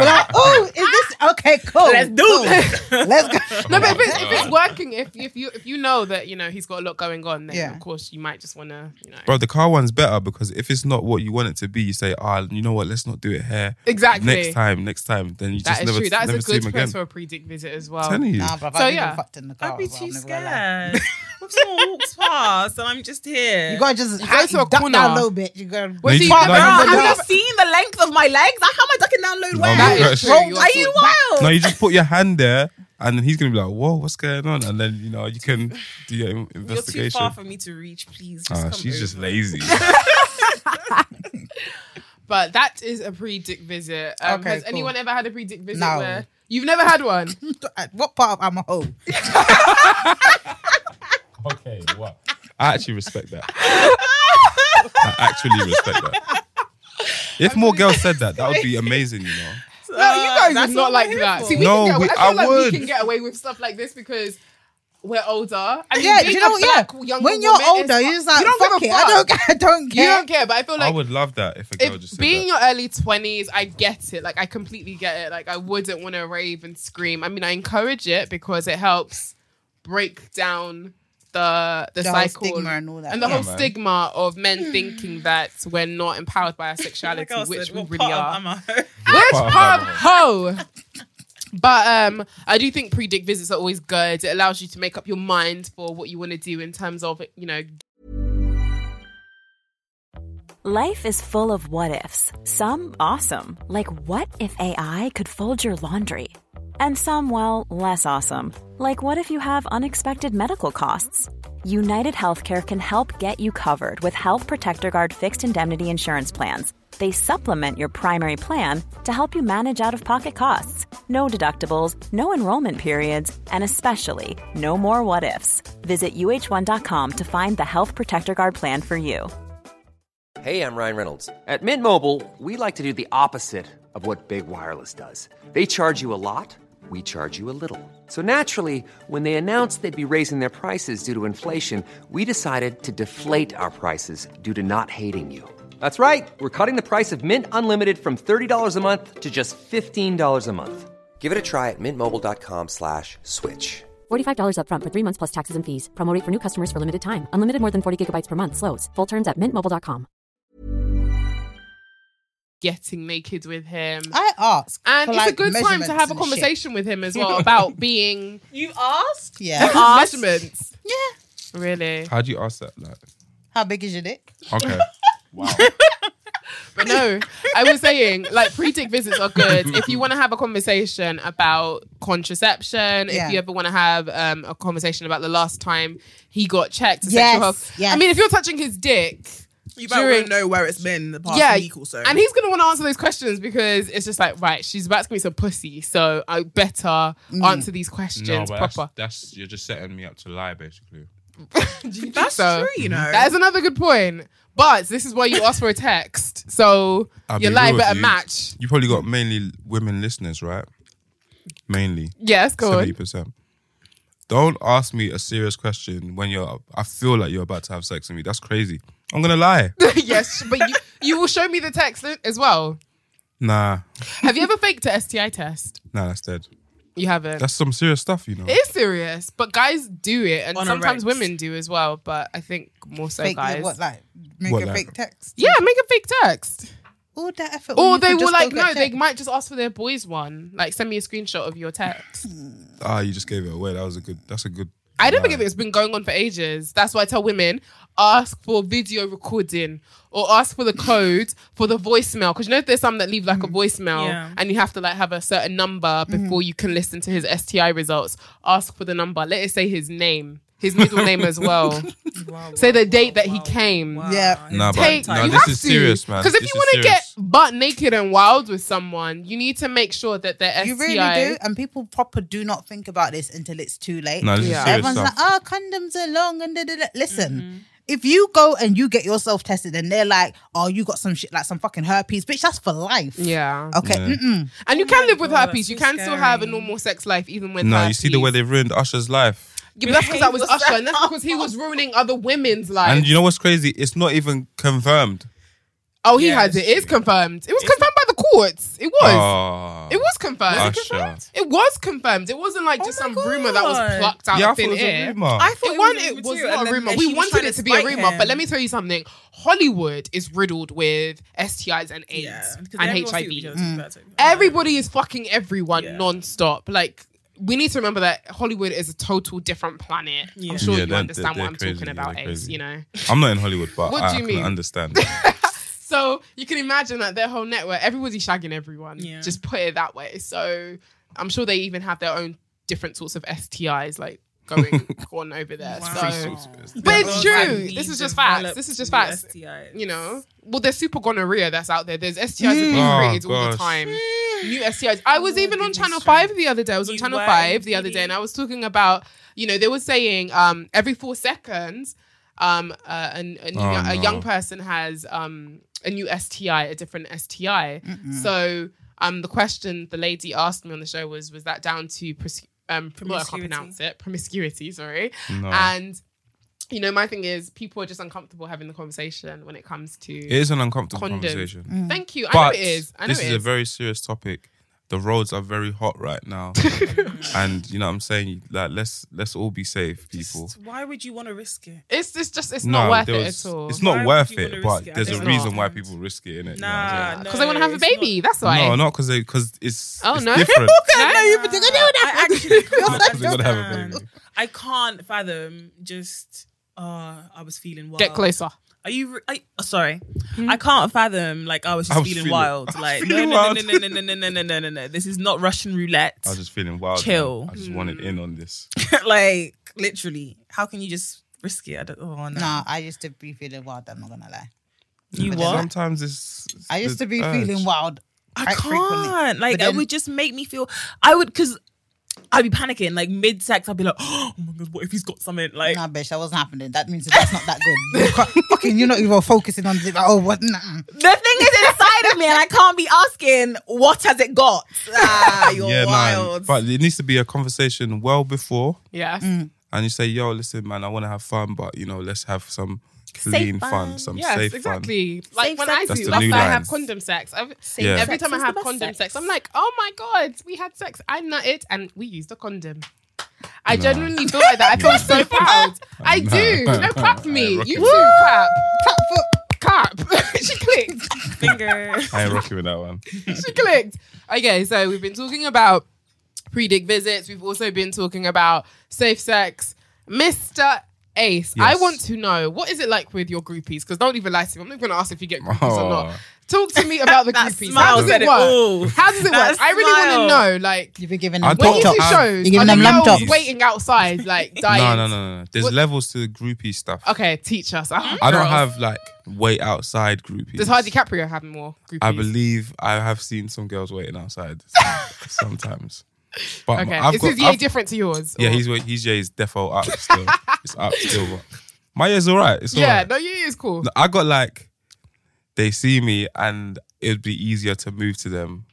B: We're like, oh, is this okay? Cool.
A: Let's do
B: cool.
A: this.
B: Let's go.
C: No, but if it's, if it's working, if if you if you know that you know he's got a lot going on, then
B: Yeah.
C: of course you might just want to you know
D: Bro, the car one's better because if it's not what you want it to be, you say, ah, you know what, let's not do it here.
C: exactly
D: Next time, next time. Then you
C: That
D: just
C: is
D: never,
C: true. That is
D: never
C: a
D: see
C: good
D: him
C: place
D: again.
C: for a pre-dick visit as well.
D: I'm telling you.
B: Nah, bruv,
C: So,
B: I've
C: yeah.
B: even fucked in the car.
D: Oh,
A: I'd be
B: bruv,
A: too
B: I'm not gonna lie.
A: scared. If someone walks past and I'm just here.
B: You gotta just
C: You go
B: hide-
C: to a
B: duck
C: corner.
B: down low, bitch. You gotta
C: Well, see,
D: you-
C: I've
D: no,
C: never-
D: you-
C: I've
A: Have
C: never-
A: you seen the length of my legs? Like, how am I ducking down low?
D: No,
A: where?
D: that is
C: true. You're
A: Are you wild?
D: No, you just put your hand there, and then he's gonna be like, "Whoa, what's going on?" And then you know you can do your in-
A: You're too
D: investigation.
A: far for me to reach. Please, just
D: Ah,
A: come
D: she's just
A: over.
D: lazy.
C: But that is a pre-dick visit. Um,
B: Okay,
C: has
B: cool.
C: anyone ever had a pre-dick visit?
B: No.
C: Where you've never had one.
B: At what part of I'm a hoe?
D: okay, what? I actually respect that. I actually respect that. If more girls said that, that would be amazing. You know,
C: no, you guys
A: that's
C: are
A: what
C: not like
A: we're here
C: that.
A: for.
C: See, we
D: No,
C: can get away.
D: we-
C: I feel
D: I
C: like
D: would.
C: we can get away with stuff like this because we're older. I mean,
B: Yeah,
C: being
B: you know
C: a
B: what? Yeah.
C: black younger
B: When you're
C: woman is
B: older,
C: fu-
B: you're just like,
C: you don't
B: fuck
C: give
B: it.
C: a
B: I
C: fuck.
B: don't, I don't
C: You
B: care.
C: don't care, but I feel
D: I
C: like
D: would love that if a girl just
C: if
D: said
C: being
D: that.
C: your early twenties, I get it. Like I completely get it. Like I wouldn't want to rave and scream. I mean, I encourage it because it helps break down the the,
B: The whole
C: cycle
B: stigma and all that.
C: the
B: Yeah,
C: whole
D: man.
C: stigma of men thinking that we're not empowered by our
A: Like
C: sexuality,
A: I said,
C: which we
A: what
C: really
A: part of
C: are.
A: am I?
C: Which
D: Part of
C: part of
D: that
C: ho? But um, I do think pre-dick visits are always good. It allows you to make up your mind for what you want to do in terms of you know
E: Life is full of what ifs. Some awesome, like what if AI could fold your laundry? And some, well, less awesome, like what if you have unexpected medical costs? United Healthcare can help get you covered with Health Protector Guard fixed indemnity insurance plans. They supplement your primary plan to help you manage out of pocket costs. No deductibles, no enrollment periods, and especially no more what ifs. Visit uh1.com to find the Health Protector Guard plan for you.
G: Hey, I'm Ryan Reynolds. At Mint Mobile, we like to do the opposite of what Big Wireless does. They charge you a lot, we charge you a little. So naturally, when they announced they'd be raising their prices due to inflation, we decided to deflate our prices due to not hating you. That's right. We're cutting the price of Mint Unlimited from $30 a month to just $15 a month. Give it a try at mintmobile.com slash switch.
H: $45 upfront for three months plus taxes and fees. Promo rate for new customers for limited time. Unlimited more than 40 gigabytes per month. Slows. Full terms at mintmobile.com.
C: getting naked with him.
B: I ask.
C: and
B: for,
C: it's
B: like,
C: a good time to
B: measurements
C: have a
B: and
C: conversation with him as well about being
A: You asked?
B: shit. Yeah.
C: measurements.
B: yeah.
C: Really?
D: How do you ask that? Like,
B: How big is your dick?
D: okay, wow.
C: But no, I was saying like pre-dick visits are good if you want to have a conversation about contraception.
B: Yeah.
C: If you ever want to have um, a conversation about the last time he got checked, to
B: Yes,
C: sexual health.
B: yes.
C: I mean, if you're touching his dick,
A: You better
C: During-
A: know where it's been the past
C: yeah,
A: week or so.
C: and he's gonna want to answer those questions because it's just like right, she's about to give me some pussy, so I better
B: Mm.
C: answer these questions
D: no, but that's,
C: proper.
D: that's you're just setting me up to lie, basically.
A: That's
C: so.
A: true, you know.
C: That is another good point. But this is why you ask for a text, so
D: I'll
C: your
D: be
C: lie
D: real with
C: better
D: you.
C: match.
D: You probably got mainly women listeners, right? Mainly.
C: Yes, go
D: seventy
C: on.
D: percent. Don't ask me a serious question when you're. I feel like you're about to have sex with me. That's crazy. I'm gonna lie.
C: yes, but you, you will show me the text as well.
D: nah,
C: Have you ever faked a STI test?
D: nah, that's dead.
C: You haven't.
D: That's some serious stuff, you know.
C: it is serious, but guys do it, and
A: On a
C: sometimes
A: regs.
C: women do as well. But I think more so
B: Fake
C: guys.
B: what like make
D: What,
B: a
D: like-
B: fake text.
C: yeah, make a fake text,
B: All that effort. when
C: or
B: you
C: they
B: could
C: will
B: just go
C: like
B: get
C: no, they
B: checked.
C: might just ask for their boys one. Like, send me a screenshot of your text.
D: Ah, you just gave it away. That was a good. That's a good.
C: I don't
D: lie.
C: forget it's been going on for ages. That's why I tell women ask for video recording or ask for the code for the voicemail. Because you know if there's some that leave
B: Mm.
C: like a voicemail
A: Yeah.
C: and you have to like have a certain number
B: Mm-hmm.
C: before you can listen to his STI results. Ask for the number. Let it say his name, his middle name as well. say the date that he came.
B: Yeah.
D: Nah,
C: Take,
D: but nah,
C: you
D: this
C: have
D: is
C: to.
D: serious, man.
C: Because if
D: This
C: you
D: is
C: want to get
D: serious.
C: butt naked and wild with someone, you need to make sure that their STI.
B: You really do, and people proper do not think about this until it's too late.
D: Nah, this
C: Yeah. Mm-hmm.
D: is serious
B: Everyone's like,
D: stuff.
B: oh, condoms are long and da, da, da." listen. If you go and you get yourself tested and they're like, oh, you got some shit like some fucking herpes, bitch, that's for life.
C: Yeah.
B: Okay.
D: Yeah.
B: Mm-mm.
C: And you can live with
A: God,
C: herpes.
A: Oh, that's
C: You
A: so
C: can still have a
A: scary.
C: normal sex life even with
D: Nah,
C: herpes.
D: you see the way they've ruined Usher's life.
C: Yeah, but that's because that was Usher, and that's because he was ruining other women's lives.
D: And you know what's crazy? It's not even confirmed.
C: oh, he
A: Yeah,
C: has it.
A: that's
C: It is confirmed. It was confirmed by the courts. It was.
D: Oh,
C: it was confirmed.
D: Was it Usher. confirmed?
C: It was confirmed. It wasn't like just
A: Oh my
C: some rumor that was
A: God.
C: plucked out
D: yeah, I
C: of
D: thought it
C: thin
D: was a
C: air.
D: rumor.
A: I thought
C: It, one,
A: was,
C: it was
A: material,
C: not
A: and
C: a
A: then-
C: rumor.
A: and
C: We
A: she was
C: wanted
A: trying
C: it to be a
A: spite
C: rumor,
A: him.
C: but let me tell you something. Hollywood is riddled with STIs and AIDS
A: Yeah, 'cause
C: and
A: everyone
C: HIV.
A: sees each other, so it's better.
C: Mm. everybody is fucking everyone
A: Yeah.
C: non-stop like we need to remember that Hollywood is a total different planet.
A: Yeah.
C: I'm sure
D: Yeah,
C: you
D: they're-
C: understand
D: they're-
C: what I'm
D: they're
C: talking
D: crazy.
C: about,
D: They're
C: Ace,
D: crazy.
C: you know?
D: I'm not in Hollywood, but
C: What
D: I,
C: do you
D: I
C: mean?
D: can understand.
C: So you can imagine that their whole network, everybody's shagging everyone.
A: Yeah.
C: Just put it that way. So I'm sure they even have their own different sorts of STIs like going on over there.
A: Wow.
C: So
D: But
C: But it's
A: Girls
C: true.
A: and
C: This
A: we
C: is just facts.
A: develop
C: This is just
A: new
C: facts.
A: STIs.
C: You know? Well, there's super gonorrhea that's out there. There's STIs that
D: Mm.
C: are being created
D: Oh,
C: all the
D: gosh. Oh,
C: time. New STIs. I was even on
A: goodness,
C: Channel
A: sorry.
C: 5 the other day. I was on
A: You
C: Channel
A: were
C: 5 the other day
A: indeed.
C: and I was talking about, you know, they were saying um, every four seconds, um, uh, an, a, new,
D: Oh,
C: a young
D: no.
C: person has um, a new STI, a different STI. So um, the question the lady asked me on the show was, was that down to pros- um, well, I can't
A: Promiscuity.
C: pronounce it, promiscuity, sorry.
D: No.
C: And you know, my thing is people are just uncomfortable having the conversation when it comes to.
D: it is an uncomfortable
C: Condom.
D: conversation.
A: Mm.
C: Thank you. I know
D: But
C: it is. I know
D: this
C: it
D: is,
C: is.
D: a very serious topic. The roads are very hot right now, and you know what I'm saying like let's let's all be safe, people.
A: Why would you want to risk it?
C: it's it's just it's
D: No,
C: not worth
D: there
C: it
D: was-
C: at all.
D: It's
A: Why
D: not
A: would
D: worth
A: you wanna
D: it,
A: risk
D: but
A: it? I
D: there's a
C: don't
D: reason why
A: understand.
D: people risk it, innit?
A: Nah,
C: because they want to have a
A: it's not-
C: baby. That's why.
D: No, not because they because it's
C: Oh,
D: it's
C: no.
D: different.
C: No?
A: I actually
D: Because they're gonna
A: can't.
D: have a
A: understand.
D: baby.
A: I can't fathom just. Uh, I was feeling wild.
C: Get closer.
A: Are you? Re- are you- oh, sorry, I can't fathom. Like I was just
D: I was
A: feeling,
D: feeling-
A: wild.
D: I was
A: Like
D: feeling
A: no,
D: wild.
A: no, no, no, no, no, no, no, no, no, no. This is not Russian roulette.
D: I was just feeling wild. man.
A: Chill.
D: I just wanted in on this.
C: Hmm.
A: like literally, how can you just risk it? I don't. Oh no.
B: Nah, I used to be feeling wild. I'm not gonna lie.
A: You
B: But
A: what?
B: then
D: Sometimes it's. it's
B: I used
D: the
B: to be
D: urge.
B: feeling wild.
A: I
B: quite frequently.
A: can't. Like
B: But
A: it
B: then-
A: would just make me feel. I would because I'd be panicking. Like mid sex, I'd be like, oh my god, what if he's got something? Like
B: Nah, bitch, that wasn't happening. That means that that's not that good. You can't- fucking, you're not even focusing on the. Oh, what? Nah.
A: the thing is inside of me, and I can't be asking what has it got. Ah, you're
D: Yeah, nah.
A: wild.
D: But it needs to be a conversation well before,
C: Yeah.
A: Mm.
D: and you say, "Yo, listen, man, I want to have fun, but you know, let's have some clean fun. some
C: Yes,
D: safe fun."
C: exactly. Like
A: Safe
C: when
A: sex
C: I
A: is
C: do,
D: That's the
C: that's
D: new
C: why I
D: line.
C: have condom sex. I've,
D: Yeah.
C: Every
A: sex
C: time I
A: is the
C: have
A: best
C: condom
A: sex.
C: sex. I'm like, oh my god, we had sex. I nutted and we used a condom. I genuinely feel like that. I feel so proud. I do.
D: Nah.
C: No, clap for
D: I
C: me.
D: reckon
C: You
D: so.
C: too. Clap. Clap for clap. she clicked.
A: finger.
D: I ain't rocking with that one.
C: she clicked. Okay, so we've been talking about pre-dig visits. We've also been talking about safe sex. Mr. Ace, I
D: Yes.
C: want to know what is it like with your groupies? Because don't even lie to me. I'm not going to ask if you get groupies or
D: Oh.
C: not. Talk to me about the
A: That
C: groupies.
A: smile
C: How does
A: said
C: it
A: it all.
C: work? How does it
A: That
C: work? I really want
A: smile.
C: to know. Like
B: You've been giving
D: I
B: them
C: when
D: don't-
B: top
C: you do
D: I-
B: chops.
C: shows,
B: You're giving
C: are
B: them
C: the
B: lamb
C: girls
B: chops.
C: waiting outside, like
D: No,
C: dying.
D: no, no, no. There's
C: What-
D: levels to the groupie stuff.
C: Okay, teach us.
A: Mm-hmm.
C: I,
D: I don't have like way outside groupies.
C: Does Hardy DiCaprio have more groupies?
D: I believe I have seen some girls waiting outside sometimes. But
C: Okay,
D: I've
C: is
D: got,
C: his year
D: I've-
C: different to yours?
D: Yeah,
C: or-
D: he's wait- his year is defo up still. it's up still. But my year's all right. It's all
C: yeah.
D: right.
C: No, your year is cool.
D: No, I got like, they see me and it would be easier to move to them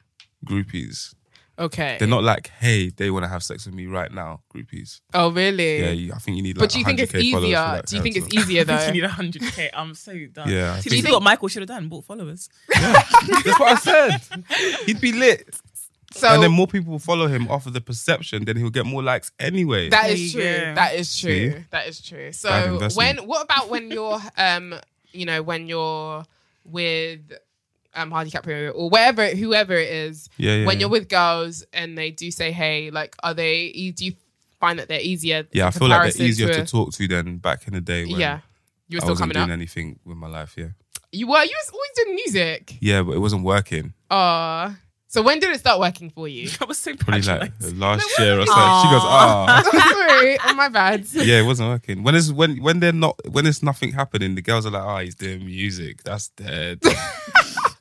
D: groupies.
C: Okay.
D: They're not like, hey, they want to have sex with me right now, groupies.
C: Oh, really?
D: Yeah, you, I think you need like.
C: but do you think it's
D: 100K followers for
C: easier?
D: that
C: Do you think it's
D: character.
C: easier
A: I think
C: though?
A: you need 100k. I'm so done.
D: Yeah, I
A: See,
D: think-
A: this is what Michael should have done. Bought followers.
D: That's what I said. He'd be lit. and then
C: So
D: more people will follow him off of the perception, then he'll get more likes anyway.
C: that
A: There you
C: is true.
A: go.
C: That is true.
D: See?
C: That is true.
D: Bad
C: So when
D: investment.
C: what about when you're um you know when you're with um Hardy Caprio or wherever whoever it is
D: Yeah, yeah,
C: when
D: yeah.
C: you're with girls and they do say hey like are they e- do you find that they're easier?
D: yeah,
C: in
D: I feel like they're
C: comparison
D: easier
C: a-
D: to talk to than back in the day when
C: Yeah, you were
D: I
C: still
D: wasn't
C: coming
D: doing
C: up.
D: anything with my life. Yeah,
C: You were you was always doing music.
D: yeah, but it wasn't working.
C: Uh so when did it start working for you?
A: That was so
D: Probably like
A: patronising.
D: last year or so. She goes, ah,
C: Sorry, oh, my bad.
D: yeah, it wasn't working. When it's when when they're not when it's nothing happening, the girls are like, ah, he's doing music. That's dead.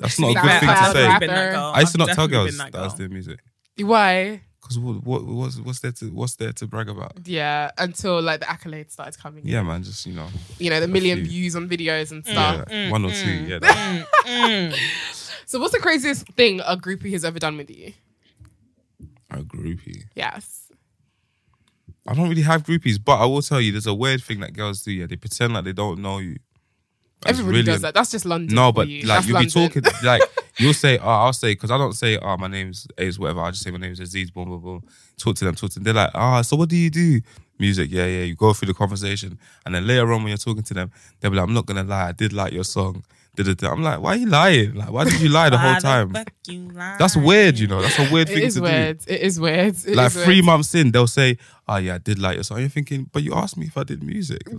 D: That's not a good
C: Nah,
D: thing
C: nah,
D: to
A: I've
D: say.
C: nah.
A: definitely been that girl.
D: I used to
A: I've
D: not tell
A: definitely
D: girls
A: been
D: that,
A: that
D: I was
A: girl.
D: doing music
C: Why?
D: because what, what what's what's there to what's there to brag about?
C: Yeah, until like the accolades started coming. in.
D: Yeah, man, just you know,
C: You know, the million
D: few.
C: views on videos and
D: yeah,
C: stuff.
D: one or two.
C: Mm.
D: Yeah, that-
C: So what's the craziest thing a groupie has ever done with you?
D: a groupie.
C: Yes.
D: I don't really have groupies, but I will tell you, there's a weird thing that girls do. Yeah, they pretend like they don't know you. That's
C: Everybody
D: really
C: does that. That's just London.
D: No,
C: for
D: but
C: you.
D: like
C: That's
D: you'll
C: London.
D: be talking, like you'll say, "Oh, I'll say," because I don't say, "Oh, my name's Ace, whatever." I just say, "My name's Aziz." Boom, boom, boom. Talk to them, talk to them. They're like, "Ah, so what do you do?" Music, yeah, yeah. You go through the conversation, and then later on when you're talking to them, they'll be like, "I'm not gonna lie, I did like your song." Da-da-da. I'm like, "Why are you lying? Like, why did you lie the whole time?" That's weird, you know. That's a weird
C: It
D: thing
C: is
D: to do.
C: weird. It is weird. It
D: Like
C: is weird.
D: three months in, they'll say, "Oh yeah, I did like your song." You're thinking, but you asked me if I did music.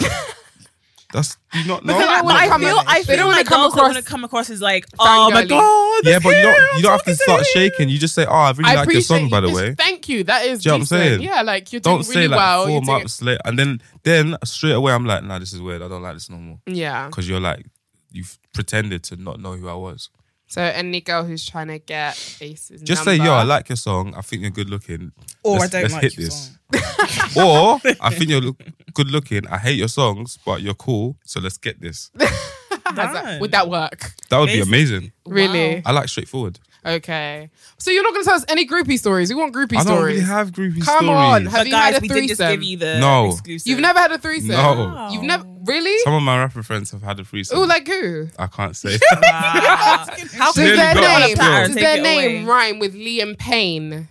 D: Like, that's do you not know.
C: they don't wanna
D: Like,
C: come
A: feel,
C: in.
A: I
C: They
A: feel
C: don't wanna
A: like
C: come
A: girls
C: across-
A: want to come across as like, oh my
C: Fangirly.
A: god.
D: yeah, but you don't. You don't have to start shaking. You just say, "Oh, I really
C: I
D: like
C: appreciate
D: your song." By
C: you.
D: the
C: Just
D: way,
C: Thank you. That is.
D: Do you know what I'm
C: decent.
D: saying?
C: Yeah, like you're doing
D: don't say
C: really
D: like
C: well.
D: four
C: you're doing-
D: months later, and then then straight away I'm like, "Nah, this is weird. I don't like this no more."
C: Yeah.
D: Because you're like, you've pretended to not know who I was.
C: So any girl who's trying to get aces.
D: Just say,
C: number,
D: "Yo, I like your song. I think you're good looking."
A: Or
D: Let's-
A: I don't
D: let's
A: like
D: hit
A: your
D: this. or I think you're look, good looking. I hate your songs, but you're cool. So let's get this.
C: How's that- Would that work?
D: That would be
A: Amazing.
D: amazing.
C: Really?
D: I like straightforward.
C: Okay. So you're not going to tell us any groupie stories. We want groupie
D: I don't
C: stories.
D: really have groupie
C: Come
D: stories.
C: on, have
A: But
C: you
A: guys,
C: had a
A: we
C: threesome?
A: did just give you the
D: No.
A: exclusive.
C: You've never had a threesome.
D: No.
C: You've never really?
D: Some of my rapper friends have had a threesome.
C: Oh, like who?
D: I can't say.
A: Wow. How
D: Say
C: Does
D: Nearly
C: their
D: got on a
C: name,
D: platter,
C: does
A: take
C: their
A: it
C: name
A: away.
C: rhyme with Liam Payne?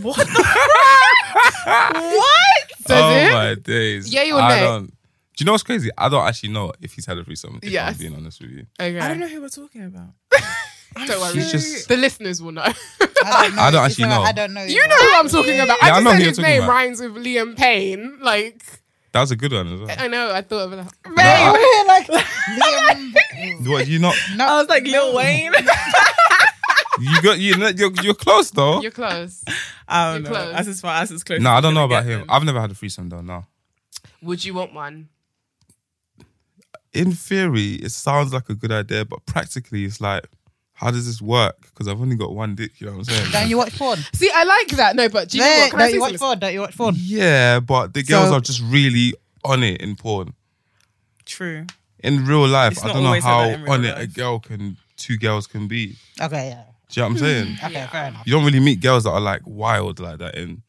A: What? what?
C: Does
D: oh
C: it?
D: my days.
C: Yeah, you were
D: I
C: next.
D: don't. Do you know what's crazy? I don't actually know if he's had a threesome. If
C: Yes.
D: I'm being honest with you.
C: Okay.
A: I don't know who we're talking about.
C: Don't worry.
D: He's just.
C: The listeners will know.
B: I don't know.
D: I don't
B: It's
D: actually
B: like,
D: know.
B: I don't know.
C: you know who I'm talking about. I
D: Yeah, I
C: just
D: know
C: said
D: who you're
C: his
D: talking
C: name
D: about.
C: rhymes with Liam Payne. Like,
D: That was a good one as well.
C: I know. I thought of it. Babe,
D: I-
B: We're like Liam.
D: What you not?
B: No,
A: I was like Lil Wayne.
D: You got you. You're, you're close though.
C: you're close.
A: I don't
C: You're
A: know.
C: close.
A: That's as far as it's close.
D: No, I
A: as
D: don't
A: we're
D: know
A: gonna
D: about
A: get
D: him.
A: them.
D: I've never had a threesome though. No.
C: Would you want one?
D: In theory, it sounds like a good idea, but practically, it's like, how does this work? Because I've only got one dick. You know what I'm
B: don't
D: saying?
B: you watch porn?
C: See, I like that. No, but do you know
B: Mate,
C: what? Can I
B: Don't
C: say
B: you watch
C: something?
B: porn? Don't you watch porn?
D: yeah, but the girls
B: So-
D: are just really on it in porn.
A: True.
D: In real life,
A: It's
D: I
A: not
D: don't know
A: always like
D: how
A: that in real
D: on it a
A: life.
D: girl can, two girls can be.
B: Okay, yeah.
D: Do you know what I'm saying?
B: Okay, fair enough.
D: You don't really meet girls that are like wild like that in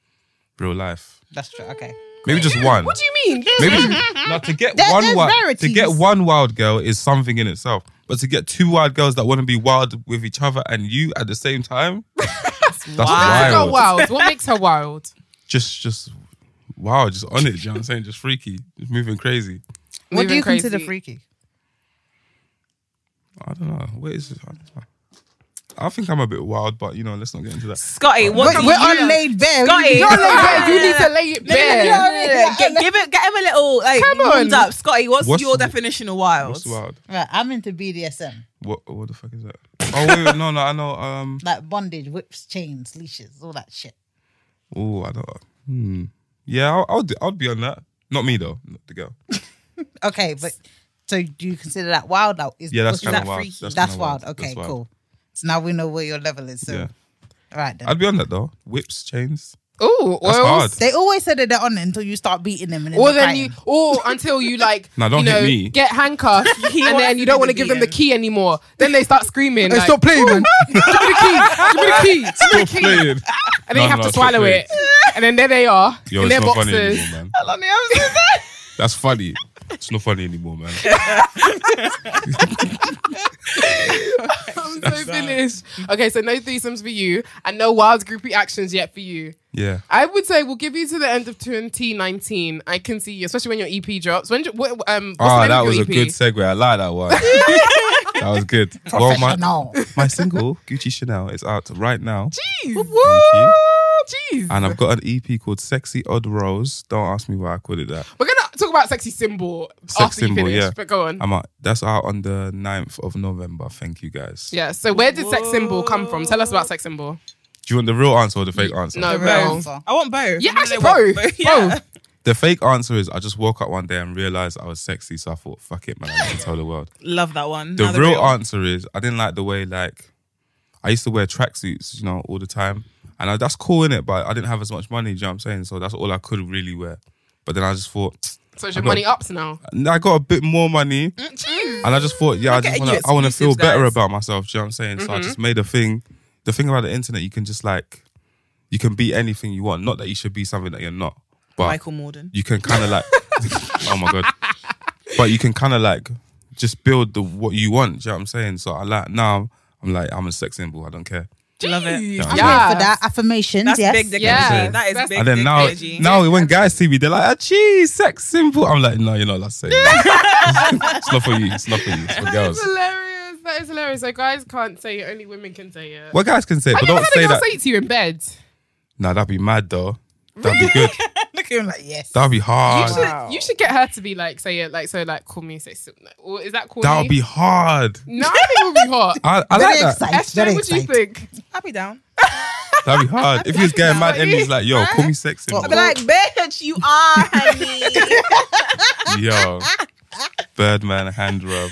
D: real life.
B: That's true. Okay.
D: Maybe just one.
C: What do you mean?
D: Maybe no, to get
B: There-
D: one
B: there's
D: wild to
B: rarities.
D: get one wild girl is something in itself. But to get two wild girls that want to be wild with each other and you at the same time, that's
C: What makes her
D: wild.
C: wild? What makes her wild?
D: Just just wow, just on it. Do you know what I'm saying? Just freaky, just moving crazy.
B: What do
C: Moving
B: you consider
C: crazy.
B: freaky?
D: I don't know. Where is this? I think I'm a bit wild, but you know, let's not get into that.
A: Scotty, what
B: We're,
A: do
B: we're
A: you-
B: on laid bare.
A: Got it.
B: You're on laid bare.
C: Like, you need to lay it bare.
A: Yeah, get, give it, get him a little like
C: Come on.
A: warmed up, Scotty. What's,
D: What's-
A: your definition of wild?
D: What's wild?
B: Right, I'm into BDSM,
D: What what the fuck is that? Oh wait, wait, no, no, I know. Um,
B: like bondage, whips, chains, leashes, all that shit.
D: oh, I don't. Hmm. Yeah, I'll, I'll do- I'll be on that. Not me though. Not the girl.
B: Okay, but so do you consider that wild? Like, is
D: Yeah, that's
B: is that
D: kind of wild.
B: freaky?
D: That's
B: That's,
D: kinda
B: wild.
D: wild.
B: Okay,
D: That's wild.
B: cool. So now we know where your level is. So,
D: Yeah,
B: all right then.
D: I'd be on that though. Whips, chains.
C: Ooh,
D: That's
C: oils.
D: hard.
B: they always say that they're on it until you start beating them, and then
C: Or
B: they're
C: then you,
B: crying.
C: or until you like,
D: Nah, don't
C: you
D: hit
C: know,
D: me.
C: get handcuffed, and then you don't want to give them the key anymore. Then they start screaming. like,
D: playing, man.
C: Give me the key. Give me the key. Give me the
D: Stop
C: key.
D: playing.
C: And then you have to swallow it. And then there they are
D: Yo,
C: in
D: it's
C: their
D: not funny
C: boxes.
D: anymore, man. That's funny. It's not funny anymore, man.
C: I'm so finished. Okay, so no threesomes for you, and no wild groupie actions yet for you.
D: Yeah.
C: I would say we'll give you to the end of 2019. I can see you, especially when your EP drops. When what, um, what's the
D: Oh,
C: name
D: that
C: of
D: was
C: your
D: a
C: EP?
D: good segue. I like that one. that was good. Well, my,
B: professional.
D: my single, Gucci Chanel, is out right now.
C: Jeez.
D: you.
C: Woo, jeez.
D: And I've got an EP called Sexy Odd Rose. Don't ask me why I called it that.
C: We're gonna talk about sexy symbol after
D: Symbol,
C: you finish.
D: yeah.
C: But go on.
D: I'm out. That's out on the 9th of November. Thank you guys.
C: yeah. So where did sex symbol come from? Tell us about sex symbol.
D: Do you want the real answer or the fake answer?
C: No,
B: Real
C: no.
B: answer.
A: I want both.
C: Yeah,
A: I
C: actually,
A: really
C: both.
A: want
C: Both.
A: Yeah.
D: The fake answer is I just woke up one day and realized I was sexy, so I thought, fuck it, man, I need to tell the world.
A: Love that one.
D: the
A: Now
D: real answer is I didn't like the way like I used to wear tracksuits, you know, all the time, and I, that's cool in it, but I didn't have as much money. Do you know what I'm saying? So that's all I could really wear. But then I just thought,
C: So is your
D: I'm not-
C: money ups now?
D: and I got a bit more money, and I just thought, yeah, I just
A: at
D: want
A: you,
D: to, I want to feel
A: exclusives,
D: better
A: guys. Mm-hmm.
D: about myself. Do you know what I'm saying? So I just made a thing. The thing about the internet, you can just like, you can be anything you want. Not that you should be something that you're not, but
A: Michael Morden.
D: you can kind of like, oh my god, but you can kind of like just build the what you want. Do you know what I'm saying? So I like now. I'm like I'm a sex symbol. I don't care.
A: Love it.
C: Jeez.
D: I'm
B: I'm
C: Yeah.
B: here for that affirmations.
A: Ah. That's
B: yes.
A: big dick
C: Yeah.
A: energy. That is
C: That's-
A: big
D: and then
A: dick
D: now,
A: energy.
D: now when guys see me, they're like, "Ah, geez, sex symbol." I'm like, "No, you're not allowed to say that. it's not for you. It's not for you. It's for
C: That's
D: girls."
C: hilarious. That is hilarious. So guys can't say it. Only women can say it.
D: Well, guys can say, it,
C: Have
D: but
C: you ever
D: don't
C: had
D: say
C: a girl
D: that.
C: say it to you in bed?
D: Nah, that'd be mad though. That'd be good.
B: Look at him like, yes.
D: That'd be hard.
C: You should, you should get her to be like, say it like, so like, call me, say something. Like, or is that cool?
D: That would be Ah, hard.
C: No, I think it would be hot.
D: I, I
B: Very
D: like that.
B: excited.
C: Esther,
B: Very
C: what do you
B: excited.
C: think?
A: I'll be down.
D: That'd be hard. If he was getting mad and he's like, "Yo, call me sex symbol."
B: I'd be like,
A: bitch, you are, honey.
D: Yo, Birdman hand rub.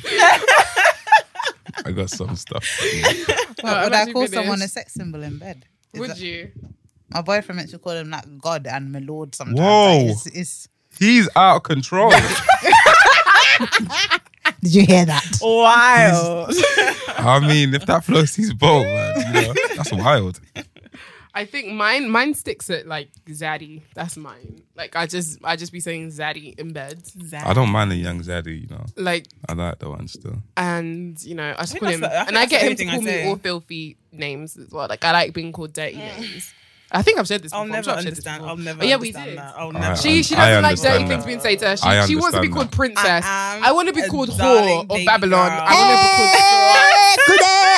D: I got some stuff.
B: Well, would
C: I'm
B: I
C: actually
B: call
C: finished.
B: someone a sex symbol in bed? Is
C: Would
B: that-
C: you?
B: My boyfriend makes me call him like God and my Lord sometimes.
D: Whoa.
B: Like, it's, it's,
D: He's out of control.
B: did you hear that?
A: Oh, Wild.
D: I mean, if that floats his boat, man, you know, that's wild.
C: I think mine, mine sticks at like zaddy. That's mine. Like I just, I just be saying zaddy in bed.
D: I don't mind a young Zaddy, you know.
C: Like,
D: I like that one still.
C: and you know, I just
A: think
C: call
A: that's
C: him,
A: the- I think
C: and I
A: that's
C: get
A: the
C: him to
A: only thing I
C: call me
A: say.
C: all filthy names as well. Like I like being called dirty names. I think I've said this.
A: I'll
C: before. I'm
A: never
C: sure I've said this
A: understand.
C: before.
A: I'll never
C: But yeah, we
A: understand
C: did.
A: that. I'll
D: I-
A: never.
D: I-
C: She she
D: I
C: doesn't like dirty
D: understand
C: things
D: that.
C: being said to her.
D: I
C: She, she wants to be
D: understand
C: called
D: that.
C: princess.
A: I
C: I,
A: am
C: want to be
A: a
C: called
A: darling
C: whore
A: baby
C: or Babylon.
A: girl.
C: I want to be called.
B: Good day.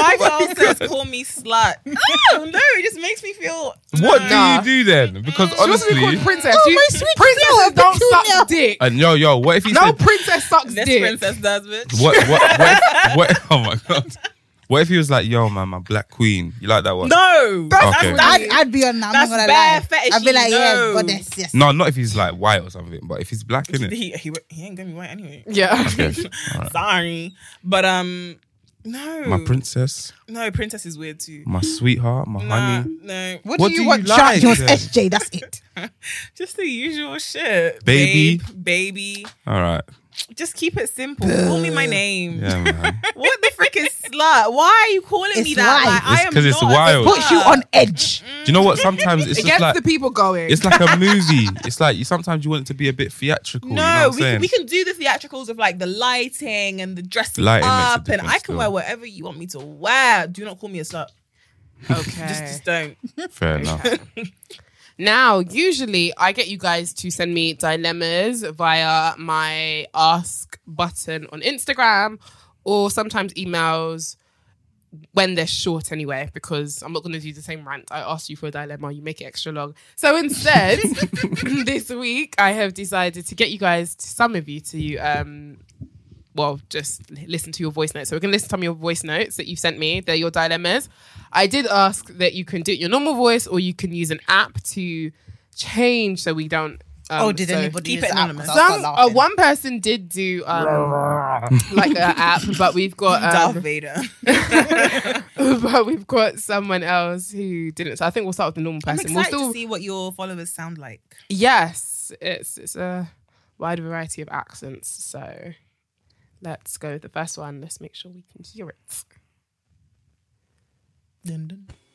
A: My girl says, call me slut. oh, no, it just makes me feel. uh,
D: What do
C: Nah.
D: you do then? Because
C: She wants to be called
D: honestly,
C: princess.
A: Oh,
C: She- princesses don't suck dick.
D: and yo, yo, what if he
C: No
D: said,
C: princess sucks
A: This
C: dick.
A: princess does, bitch.
D: what, what, what, if- what, Oh my god, what if he was like, yo, man, my black queen? You like that one?
A: No.
D: Okay.
B: I'd, I'd be on that. I'm
A: That's
B: not gonna
A: bare
B: lie.
A: fetish,
B: I'd be like,
A: no.
B: yeah, goddess, yes.
D: No, not if he's like white or something, but if he's black, innit?
A: He, he, he ain't gonna be white anyway.
C: Yeah.
D: Okay. All right.
A: Sorry. But, um, no.
D: My princess,
A: No, princess is weird too.
D: my sweetheart, my
A: Nah,
D: honey,
A: no.
B: What,
D: What
B: do
D: do
B: you want?
D: you
B: Charge
D: like
B: yours
D: then?
B: SJ. That's it.
A: Just the usual shit.
D: Baby.
A: Babe, baby.
D: All right.
A: Just keep it simple. Call me my name.
D: Yeah, man.
A: What the frick is slut? Why are you calling
B: It's
A: me that?
B: life.
A: Like, I
D: It's
A: am
D: 'cause it's
A: not a
D: wild.
A: slut.
B: Puts you on edge.
D: Do you know what? Sometimes it's
C: It
D: just
C: gets
D: like
C: the people going.
D: it's like a movie. It's like you sometimes you want it to be a bit theatrical. you know what
A: No,
D: I'm
A: we, can,
D: saying?
A: we can do the theatricals of like the lighting and the dressing
D: Lighting makes a
A: up, and I
D: difference
A: can wear
D: still.
A: whatever you want me to wear. Do not call me a slut.
C: okay.
A: Just, just don't.
D: Fair enough.
C: Now, usually I get you guys to send me dilemmas via my ask button on Instagram or sometimes emails when they're short anyway, because I'm not going to do the same rant. I asked you for a dilemma, you make it extra long. So instead, this week I have decided to get you guys, some of you, to um, well, just l- listen to your voice notes. So we're going to listen to some of your voice notes that you've sent me. They're your dilemmas. I did ask that you can do it your normal voice, or you can use an app to change so we don't. Um,
B: oh, did
C: so-
B: anybody
A: keep
B: use the
A: it
B: app?
A: anonymous.
B: 'Cause I'll
C: Some,
B: start
C: uh,
B: laughing.
C: one person did do um, like an app, but we've got um,
A: Darth Vader.
C: but we've got someone else who didn't. So I think we'll start with the normal
A: I'm
C: person.
A: excited
C: we'll
A: to see what your followers sound like.
C: yes, it's it's a wide variety of accents. So let's go with the first one. Let's make sure we can hear it.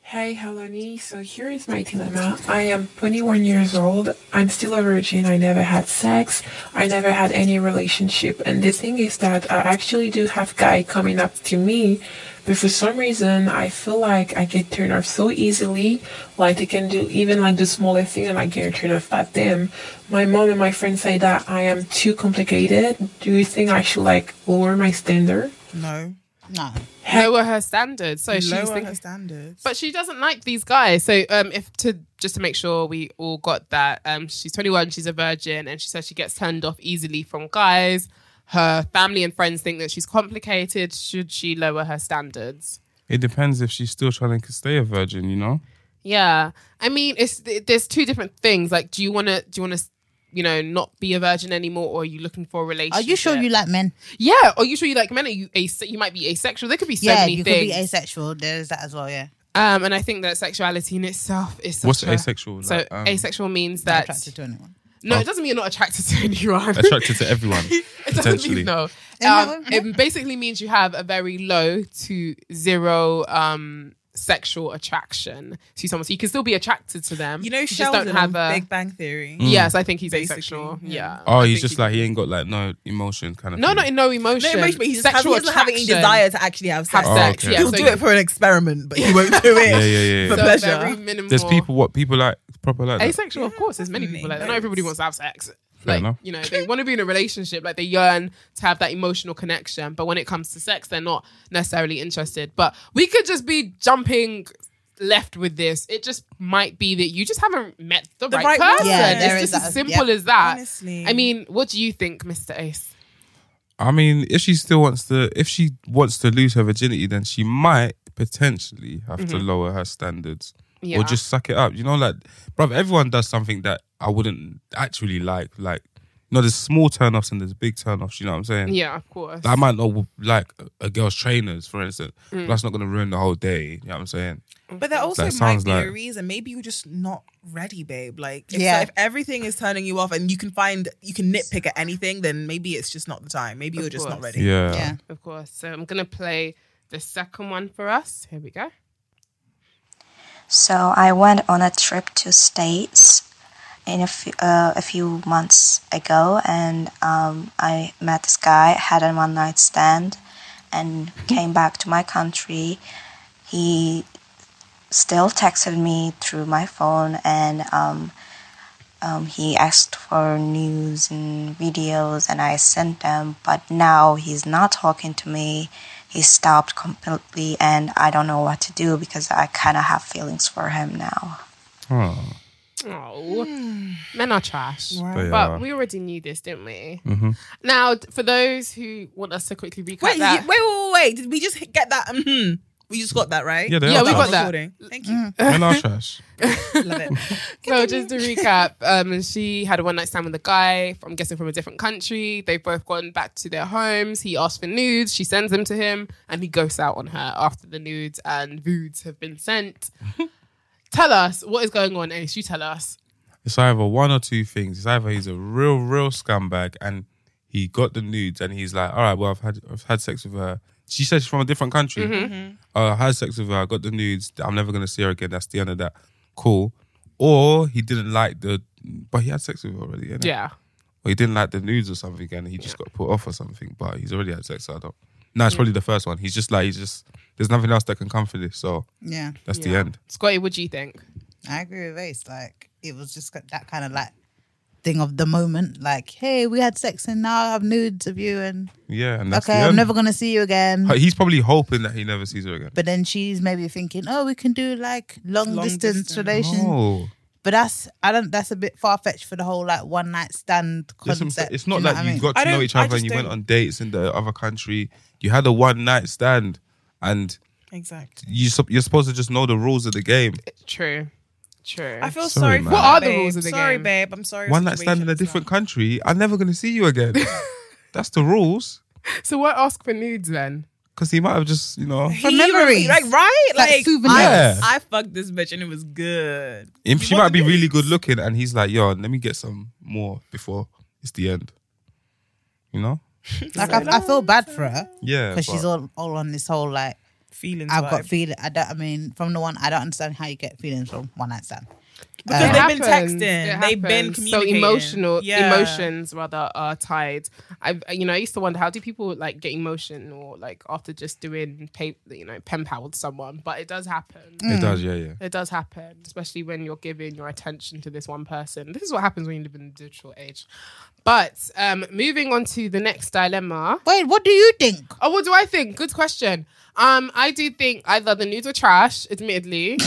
F: Hey, Heloni. So here is my dilemma. I am 21 years old. I'm still a virgin. I never had sex. I never had any relationship. And the thing is that I actually do have guy coming up to me, but for some reason I feel like I get turned off so easily. Like they can do even like the smallest thing, and I get turned off by them. My mom and my friends say that I am too complicated. Do you think I should like lower my standard?
A: No.
B: No.
C: Lower her standards. So she's
A: Lower
C: thinking,
A: her standards.
C: but she doesn't like these guys. So um, if to just to make sure we all got that, um, she's 21, she's a virgin, and she says she gets turned off easily from guys. Her family and friends think that she's complicated. Should she lower her standards?
D: It depends if she's still trying to stay a virgin, you know?
C: Yeah, I mean, it's th- there's two different things. Like, do you want to do you want to you know not be a virgin anymore, or are you looking for a
B: Are
C: relationship?
B: you sure you like men?
C: Yeah, are you sure you like men? Are you ase- you might be asexual. There could be so
B: yeah,
C: many
B: you
C: things.
B: could be asexual. There's that as well. Yeah.
C: um, and I think that sexuality in itself is such
D: What's
C: a-
D: asexual?
C: So
D: Like, um,
C: asexual means that
B: Attracted to anyone.
C: no, it doesn't mean you're not attracted to anyone.
D: Attracted to everyone,
C: It doesn't
D: potentially.
C: mean no.
B: Am I-
C: Um, it basically means you have a very low to zero um, sexual attraction to someone. So you can still be attracted to them.
A: you know,
C: just
A: Sheldon
C: don't have
A: on
C: a.
A: Big Bang Theory.
C: Yes, I think he's
A: Basically,
C: asexual.
A: yeah.
C: Yeah.
D: Hmm. Oh,
C: I
D: he's
C: think
D: just like, he ain't got like no emotion kind of
C: no,
D: thing.
C: not in no
A: No
C: emotion.
A: emotion, but he just has, he doesn't have any
C: attraction.
A: desire to actually have
C: Have
A: sex.
D: Oh,
C: sex.
D: okay.
C: Yeah,
A: He'll
C: so
A: do
C: you-
A: it for an experiment, but he won't do it
D: Yeah, yeah, yeah, yeah.
A: for
C: so
A: pleasure.
C: Very minimal.
D: There's people, what, people like, proper like that?
C: asexual, of course. There's many people like that. Not everybody wants to have sex. Like
D: enough.
C: you know, they want to be in a relationship. Like they yearn to have that emotional connection. But when it comes to sex, they're not necessarily interested. But we could just be jumping left with this. It just might be that you just haven't met the, right,
A: right one.
C: person.
B: Yeah, there
C: it's
B: is
C: just
B: that.
C: as simple
B: Yep.
C: as that.
A: Honestly.
C: I mean, what do you think, Mister Ace?
D: I mean, if she still wants to, if she wants to lose her virginity, then she might potentially have to lower her standards
C: Mm-hmm. Yeah.
D: or just suck it up. You know, like, bruv, everyone does something that I wouldn't actually like. Like, you know, there's small turn offs and there's big turn offs. You know what I'm saying?
C: Yeah, of course.
D: I might not like a girl's trainers, for instance,
C: Mm.
D: but that's not going to ruin the whole day. You know what I'm saying?
A: But there also
D: That
A: might
D: sounds
A: be a
D: like-
A: reason. Maybe you're just not ready, babe. Like, if,
B: Yeah.
A: if everything is turning you off and you can find, you can nitpick at anything, then maybe it's just not the time. Maybe you're just not
C: course.
A: ready.
D: Yeah.
B: Yeah.
C: of course. So I'm gonna play the second one for us. Here we go.
I: So I went on a trip to states in a few, uh, a few months ago, and um, I met this guy, had a one night stand, and came back to my country. He still texted me through my phone, and um, um, he asked for news and videos, and I sent them. But now he's not talking to me. He stopped completely, and I don't know what to do because I kind of have feelings for him now.
D: Oh.
C: Oh, men are trash.
D: They
C: But
D: are. Mm-hmm.
C: we already knew this, didn't we? Now, d- for those who want us to quickly recap
A: Wait, you-
C: that,
A: wait, wait, wait, wait. Did we just get that? Mhm. We just got that, right?
D: Yeah, they
C: Yeah,
D: are
C: we
D: trash.
C: got that. Mm-hmm.
A: Recording. Thank you.
D: Men are trash.
A: Love it.
C: so just to recap, um, she had a one night stand with a guy. I'm guessing from a different country. They've both gone back to their homes. He asked for nudes. She sends them to him, and he ghosts out on her after the nudes and voods have been sent. tell us what is going on, Ace. You tell us.
D: It's either one or two things. It's either he's a real, real scumbag and he got the nudes and he's like, all right, well, I've had I've had sex with her. She said she's from a different country.
C: Mm-hmm.
D: Uh, I had sex with her. I got the nudes. I'm never gonna see her again. That's the end of that. Cool. Or he didn't like the, but he had sex with her already. innit?
C: Yeah.
D: Or he didn't like the nudes or something, and he just got put off or something. But he's already had sex. So I don't. No, it's probably the first one. He's just like he's just. There's nothing else that can come for this. So
B: Yeah.
D: that's the end.
C: Scotty, what do you think?
B: I agree with Ace. Like it was just got that kind of like thing of the moment. Like, hey, we had sex and now I have nudes of you, and
D: Yeah, and that's
B: okay,
D: the
B: I'm
D: end.
B: never gonna see you again.
D: Like, He's probably hoping that he never sees her again.
B: But then she's maybe thinking, oh, we can do like long,
A: Long
B: distance,
A: distance.
B: relations.
D: No.
B: But that's I don't. That's a bit far fetched for the whole like one night stand
D: Listen,
B: concept.
D: it's
B: do
D: not
B: you know
D: like
B: what I
D: you
B: mean?
D: got
A: I
D: to know
A: don't-
D: each other
A: I
D: and
A: just
D: you went
A: don't-
D: on dates in the other country. You had a one night stand, and
A: Exactly.
D: you sup- you're supposed to just know the rules of the game.
C: True. True.
A: I feel
D: Sorry,
A: sorry. for
D: man. What
A: that,
C: are the
A: babe.
C: rules of the
A: Sorry,
C: game?
A: babe. I'm sorry.
D: One night stand in a
A: situation's
D: different
A: not-
D: country. I'm never gonna see you again. that's the rules.
C: so why ask for nudes then?
D: Because he might have just you know.
B: For
A: He
B: memories.
A: really- like right,
B: Like
A: like,
B: souvenirs.
D: Yeah.
A: I, I fucked this bitch and it was good.
D: If she
A: want
D: might be
A: the
D: really
A: dates?
D: good looking, and he's like, "Yo, let me get some more before it's the end." You know?
B: Like I, I feel bad for her
D: Yeah.
B: because she's
D: but-
B: all all on this whole like
A: Feelings.
B: I've got
A: vibe.
B: feeling. I don't. I mean, from the one I don't understand how you get feelings from one night stand.
A: Because
B: Um,
A: they've
C: It
A: been
C: happens.
A: texting.
C: It
A: They've been
C: happens.
A: communicating.
C: So emotional
A: Yeah.
C: emotions rather are tied. I you know I used to wonder how do people like get emotional like after just doing pay, you know pen pal with someone, but it does happen.
D: It does. Yeah, yeah.
C: It does happen, especially when you're giving your attention to this one person. This is what happens when you live in the digital age. But um, moving on to the next dilemma.
B: Wait, what do you think?
C: Oh, what do I think? Good question. Um, I do think either the nudes are trash, admittedly.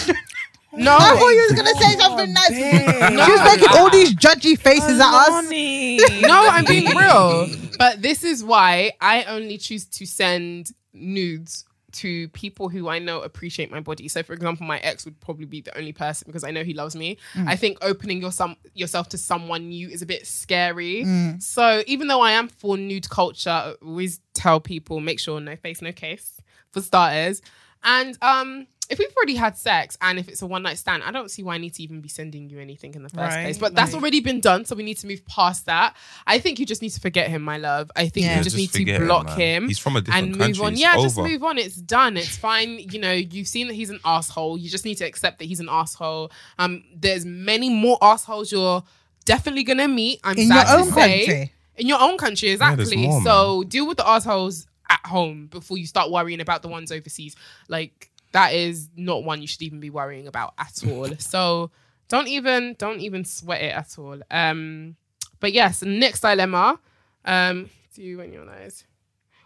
C: no,
B: I thought you was gonna say something nice.
A: babe.
B: She was making all these judgy faces at us.
A: Lonnie.
C: no, I'm being real. But this is why I only choose to send nudes to people who I know appreciate my body. So, for example, my ex would probably be the only person because I know he loves me.
B: Mm.
C: I think opening your some, yourself to someone new is a bit scary.
B: Mm.
C: So, even though I am for nude culture, I always tell people make sure no face, no case for starters. And um, if we've already had sex and if it's a one night stand, I don't see why I need to even be sending you anything in the first
A: Right,
C: place. But that's already been done, so we need to move past that. I think you just need to forget him, my love. I think
B: Yeah.
C: you just,
D: Just
C: need
D: forget
C: to
D: him,
C: block
D: man.
C: him.
D: He's from a different
C: and move
D: country.
C: on.
D: It's
C: Yeah, just
D: over.
C: move on. It's done. It's fine. You know, you've seen that he's an asshole. You just need to accept that he's an asshole. Um, there's many more assholes you're definitely gonna meet. I'm
B: In
C: sad
B: your own
C: to say.
B: country.
C: In your own country,
D: there's
C: exactly.
D: more,
C: so deal with the assholes at home before you start worrying about the ones overseas. Like that is not one you should even be worrying about at all. so don't even don't even sweat it at all. Um, but yes, next dilemma. Um, do you when you lies?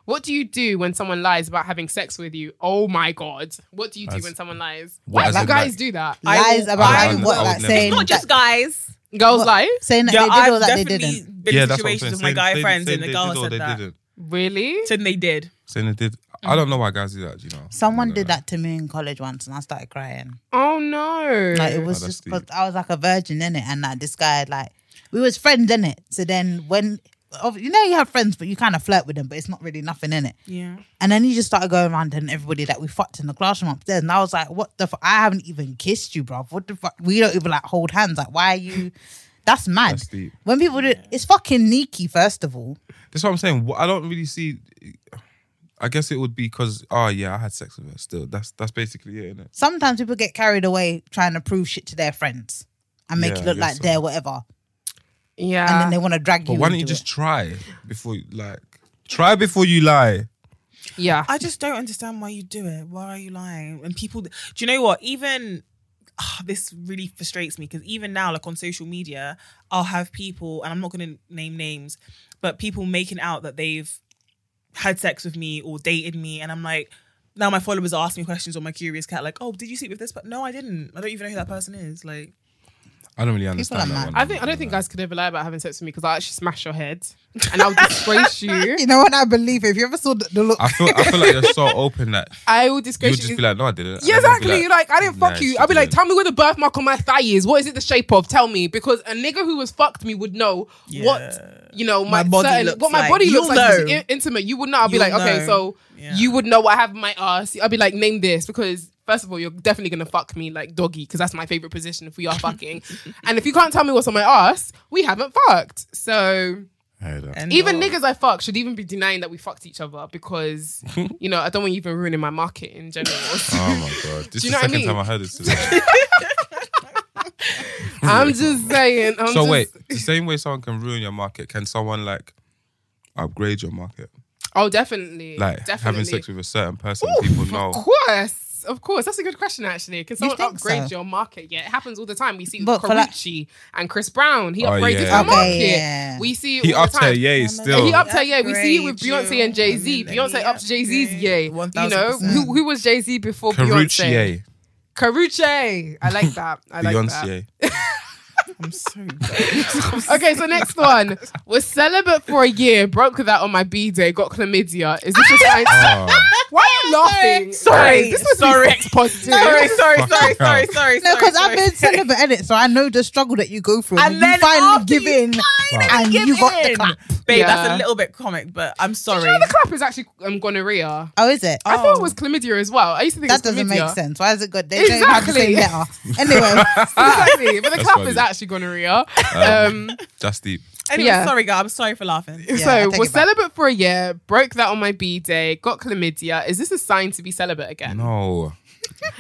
C: What do you do when someone lies about having sex with you? Oh my god! What do you do
D: That's-
C: when someone lies?
D: What
C: Why
D: is
C: do
D: it
C: you guys
D: like?
C: do that?
B: Lies
A: I-
B: about
A: I-
B: having what,
D: I would
B: like
D: never-
B: saying
A: Not just
B: that,
A: guys.
C: Girls
B: what-
C: lie?
B: saying that
A: Yeah,
B: they did or
A: I've
B: that they
A: definitely
B: didn't.
A: been
D: yeah,
A: in
D: that's what I'm saying.
A: situations with my guy
D: Saying-
A: friends
D: saying
A: and the
D: they
A: girl
D: did or
A: said
D: they
A: that.
D: didn't.
C: Really?
A: Said they did.
D: Saying they did. I don't know why guys do that. You know.
B: Someone
D: Yeah.
B: did that to me in college once, and I started crying.
C: Oh no!
B: Like it was
D: oh, that's
B: just because
D: deep.
B: I was like a virgin in it, and like this guy, like we was friends in it. So then when of- you know you have friends, but you kind of flirt with them, but it's not really nothing in it.
A: Yeah.
B: And then he just started going around and everybody that we fucked in the classroom upstairs, and I was like, "What the? Fu- I haven't even kissed you, bruv. What the fuck? We don't even like hold hands. Like why are you? That's mad.
D: That's deep.
B: when people do, it's fucking sneaky. First of all,
D: That's what I'm saying. Wh- I don't really see. I guess it would be because oh yeah, I had sex with her. Still, that's that's basically it, isn't it?
B: sometimes people get carried away trying to prove shit to their friends and make
D: Yeah,
B: it
D: I
B: look
D: guess
B: like
D: so.
B: they're whatever,
C: yeah.
B: and then they want to drag
D: But
B: you.
D: why don't you
B: into
D: just
B: it.
D: try before you like try before you lie?
C: yeah.
A: I just don't understand why you do it. Why are you lying? And people, do you know what? Even ah, this really frustrates me because even now, like on social media, I'll have people, and I'm not going to name names, but people making out that they've had sex with me or dated me, and I'm like, now my followers are asking me questions on my curious cat, like, oh, did you sleep with this? But no, I didn't. I don't even know who that person is. Like,
D: I don't really understand
B: are
D: that
B: mad.
D: one.
C: I think I don't think guys could ever lie about having sex with me because I'll actually smash your head and I'll disgrace you.
B: You know what? I believe it. If you ever saw the, the look,
D: I feel I feel like you're so open that
C: I will
D: you would
C: disgrace
D: just
C: you.
D: be like, no, I didn't.
C: yeah,
D: And then they'd be
C: exactly. Like, I didn't fuck
D: "Nah,
C: you.
D: she
C: I'll be like,
D: didn't."
C: tell me where the birthmark on my thigh is. What is it the shape of? Tell me because a nigga who has fucked me would know what you know my,
A: My body
C: certain-
A: looks
C: what my
A: like.
C: body
A: You'll
C: looks like. It's
A: know.
C: in- intimate. You would know. I'll be
A: You'll
C: like, okay,
A: know.
C: so
A: Yeah.
C: you would know what I have in my ass. I'll be like, name this because. First of all, you're definitely gonna fuck me like doggy because that's my favorite position if we are fucking. and if you can't tell me what's on my ass, we haven't fucked. So
D: I hear that.
A: and
C: even
A: no.
C: niggas I fuck should even be denying that we fucked each other because you know I don't want you even ruining my market in general.
D: Oh my god, this
C: Do
D: is
C: you
D: the
C: know what I
D: second
C: mean?
D: time I heard this today.
C: I'm just saying. I'm
D: so
C: just-
D: wait, the same way someone can ruin your market, can someone like upgrade your market?
C: Oh, definitely.
D: Like
C: definitely.
D: having sex with a certain person, people know.
C: Of course. Yes, of course. That's a good question, actually. Can someone
B: think
C: upgrade
B: so?
C: your market? Yeah, it happens all the time. We see
B: But for like-
C: Carucci and Chris Brown. He
D: Oh,
C: upgraded his
D: yeah.
C: market.
D: Okay,
B: yeah.
C: We see it
D: He
C: all
D: upped
C: the
D: her
C: time.
D: yay
C: And
D: still.
C: he upped her yay. We see it with
A: Upgrade
C: Beyonce
A: you.
C: and Jay Z.
A: Let me
C: Beyonce upped Jay Z's
A: upgrade.
C: yay. You know,
A: 1000%.
C: who, who was Jay Z before
D: Carucci
C: Beyonce?
D: yay.
C: Carucci. I like that. I like that.
D: Beyonce.
A: I'm so dead.
C: Okay, so next one was celibate for a year, broke that on my b day, got chlamydia. Is this a sign?
D: Oh,
C: Why are you laughing?
A: Sorry.
C: Guys, this was
A: Sorry.
C: sex positive.
A: sorry, sorry,
D: Fucking
A: sorry,
D: hell.
A: sorry, sorry.
B: No, because
A: sorry,
B: I've been
A: sorry.
B: celibate edit, so I know the struggle that you go through.
A: And
B: And,
A: then
B: you finally
A: after
B: give
A: you
B: in, and you got the
A: in.
B: clap.
A: Babe, that's
C: Yeah.
A: a little bit comic, but I'm
C: Did
A: sorry.
C: you know the clap is actually um, gonorrhea?
B: Oh, is it?
C: I thought it was chlamydia as well. I used to think
B: That
C: it was
B: doesn't
C: chlamydia.
B: make sense. Why is it good? They don't have the
C: Exactly.
B: same letter. Anyway,
C: exactly, but the
D: That's
C: clap
D: funny.
C: is actually gonorrhea.
A: Uh,
C: Um,
D: that's deep.
A: Anyway,
C: Yeah.
A: sorry, girl. I'm sorry for laughing.
B: Yeah, I
C: so
B: take
C: was
B: it back.
C: celibate for a year, broke that on my b day, got chlamydia. Is this a sign to be celibate again?
D: No.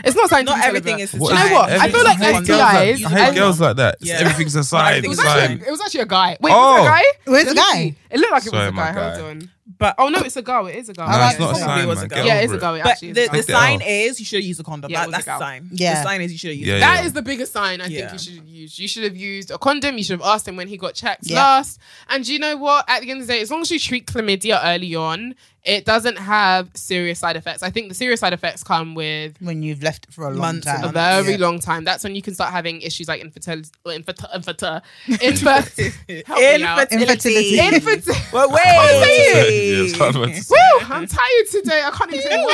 C: It's not a sign. to
A: Not
C: be
A: everything
C: celibate.
A: is.
D: What
C: You
D: is
C: know what? I
D: everything-
C: feel like
D: I hate girls like-
C: STIs.
D: I hate
C: and-
D: girls like that. It's
A: Yeah.
D: Everything's a sign.
C: It was,
A: It's
D: sign.
C: actually, it was actually a guy. Wait, was
D: Oh.
C: it a guy?
B: Where's the
C: Let me
B: guy?
C: see. It looked like it was
D: Sorry,
C: a
D: my
C: guy.
D: guy.
C: Hold on.
A: But
C: Oh no, it's a girl. It is a girl.
D: No,
C: yeah,
D: it's not a
A: probably
D: sign,
A: was a
D: man.
A: girl.
D: Get
C: Yeah, it
D: over
C: is a girl. It
A: but
C: actually is
A: the,
C: a
A: the
D: Take that
C: girl.
A: sign
D: off.
A: is you should have used a condom.
C: Yeah,
A: That-
C: it was
A: that's
C: a
A: the
C: girl.
A: sign.
B: Yeah.
A: The sign is you should have used.
D: Yeah,
A: a
D: yeah.
C: That is the biggest sign I think
A: Yeah.
C: you should have used. You should have used a condom. You should have asked him when he got checked
B: Yeah.
C: last. And do you know what? At the end of the day, as long as you treat chlamydia early on, it doesn't have serious side effects. I think the serious side effects come with
B: when you've left it for a long
A: Months and
B: time.
C: a
A: Um,
C: very
B: yeah.
C: long time. That's when you can start having issues like infertility, infertility, infertility, infertility.
B: Infertility.
C: infertility.
A: Well,
D: Yeah,
A: wait.
D: it's hard to say.
C: Woo! I'm tired today. I can't even say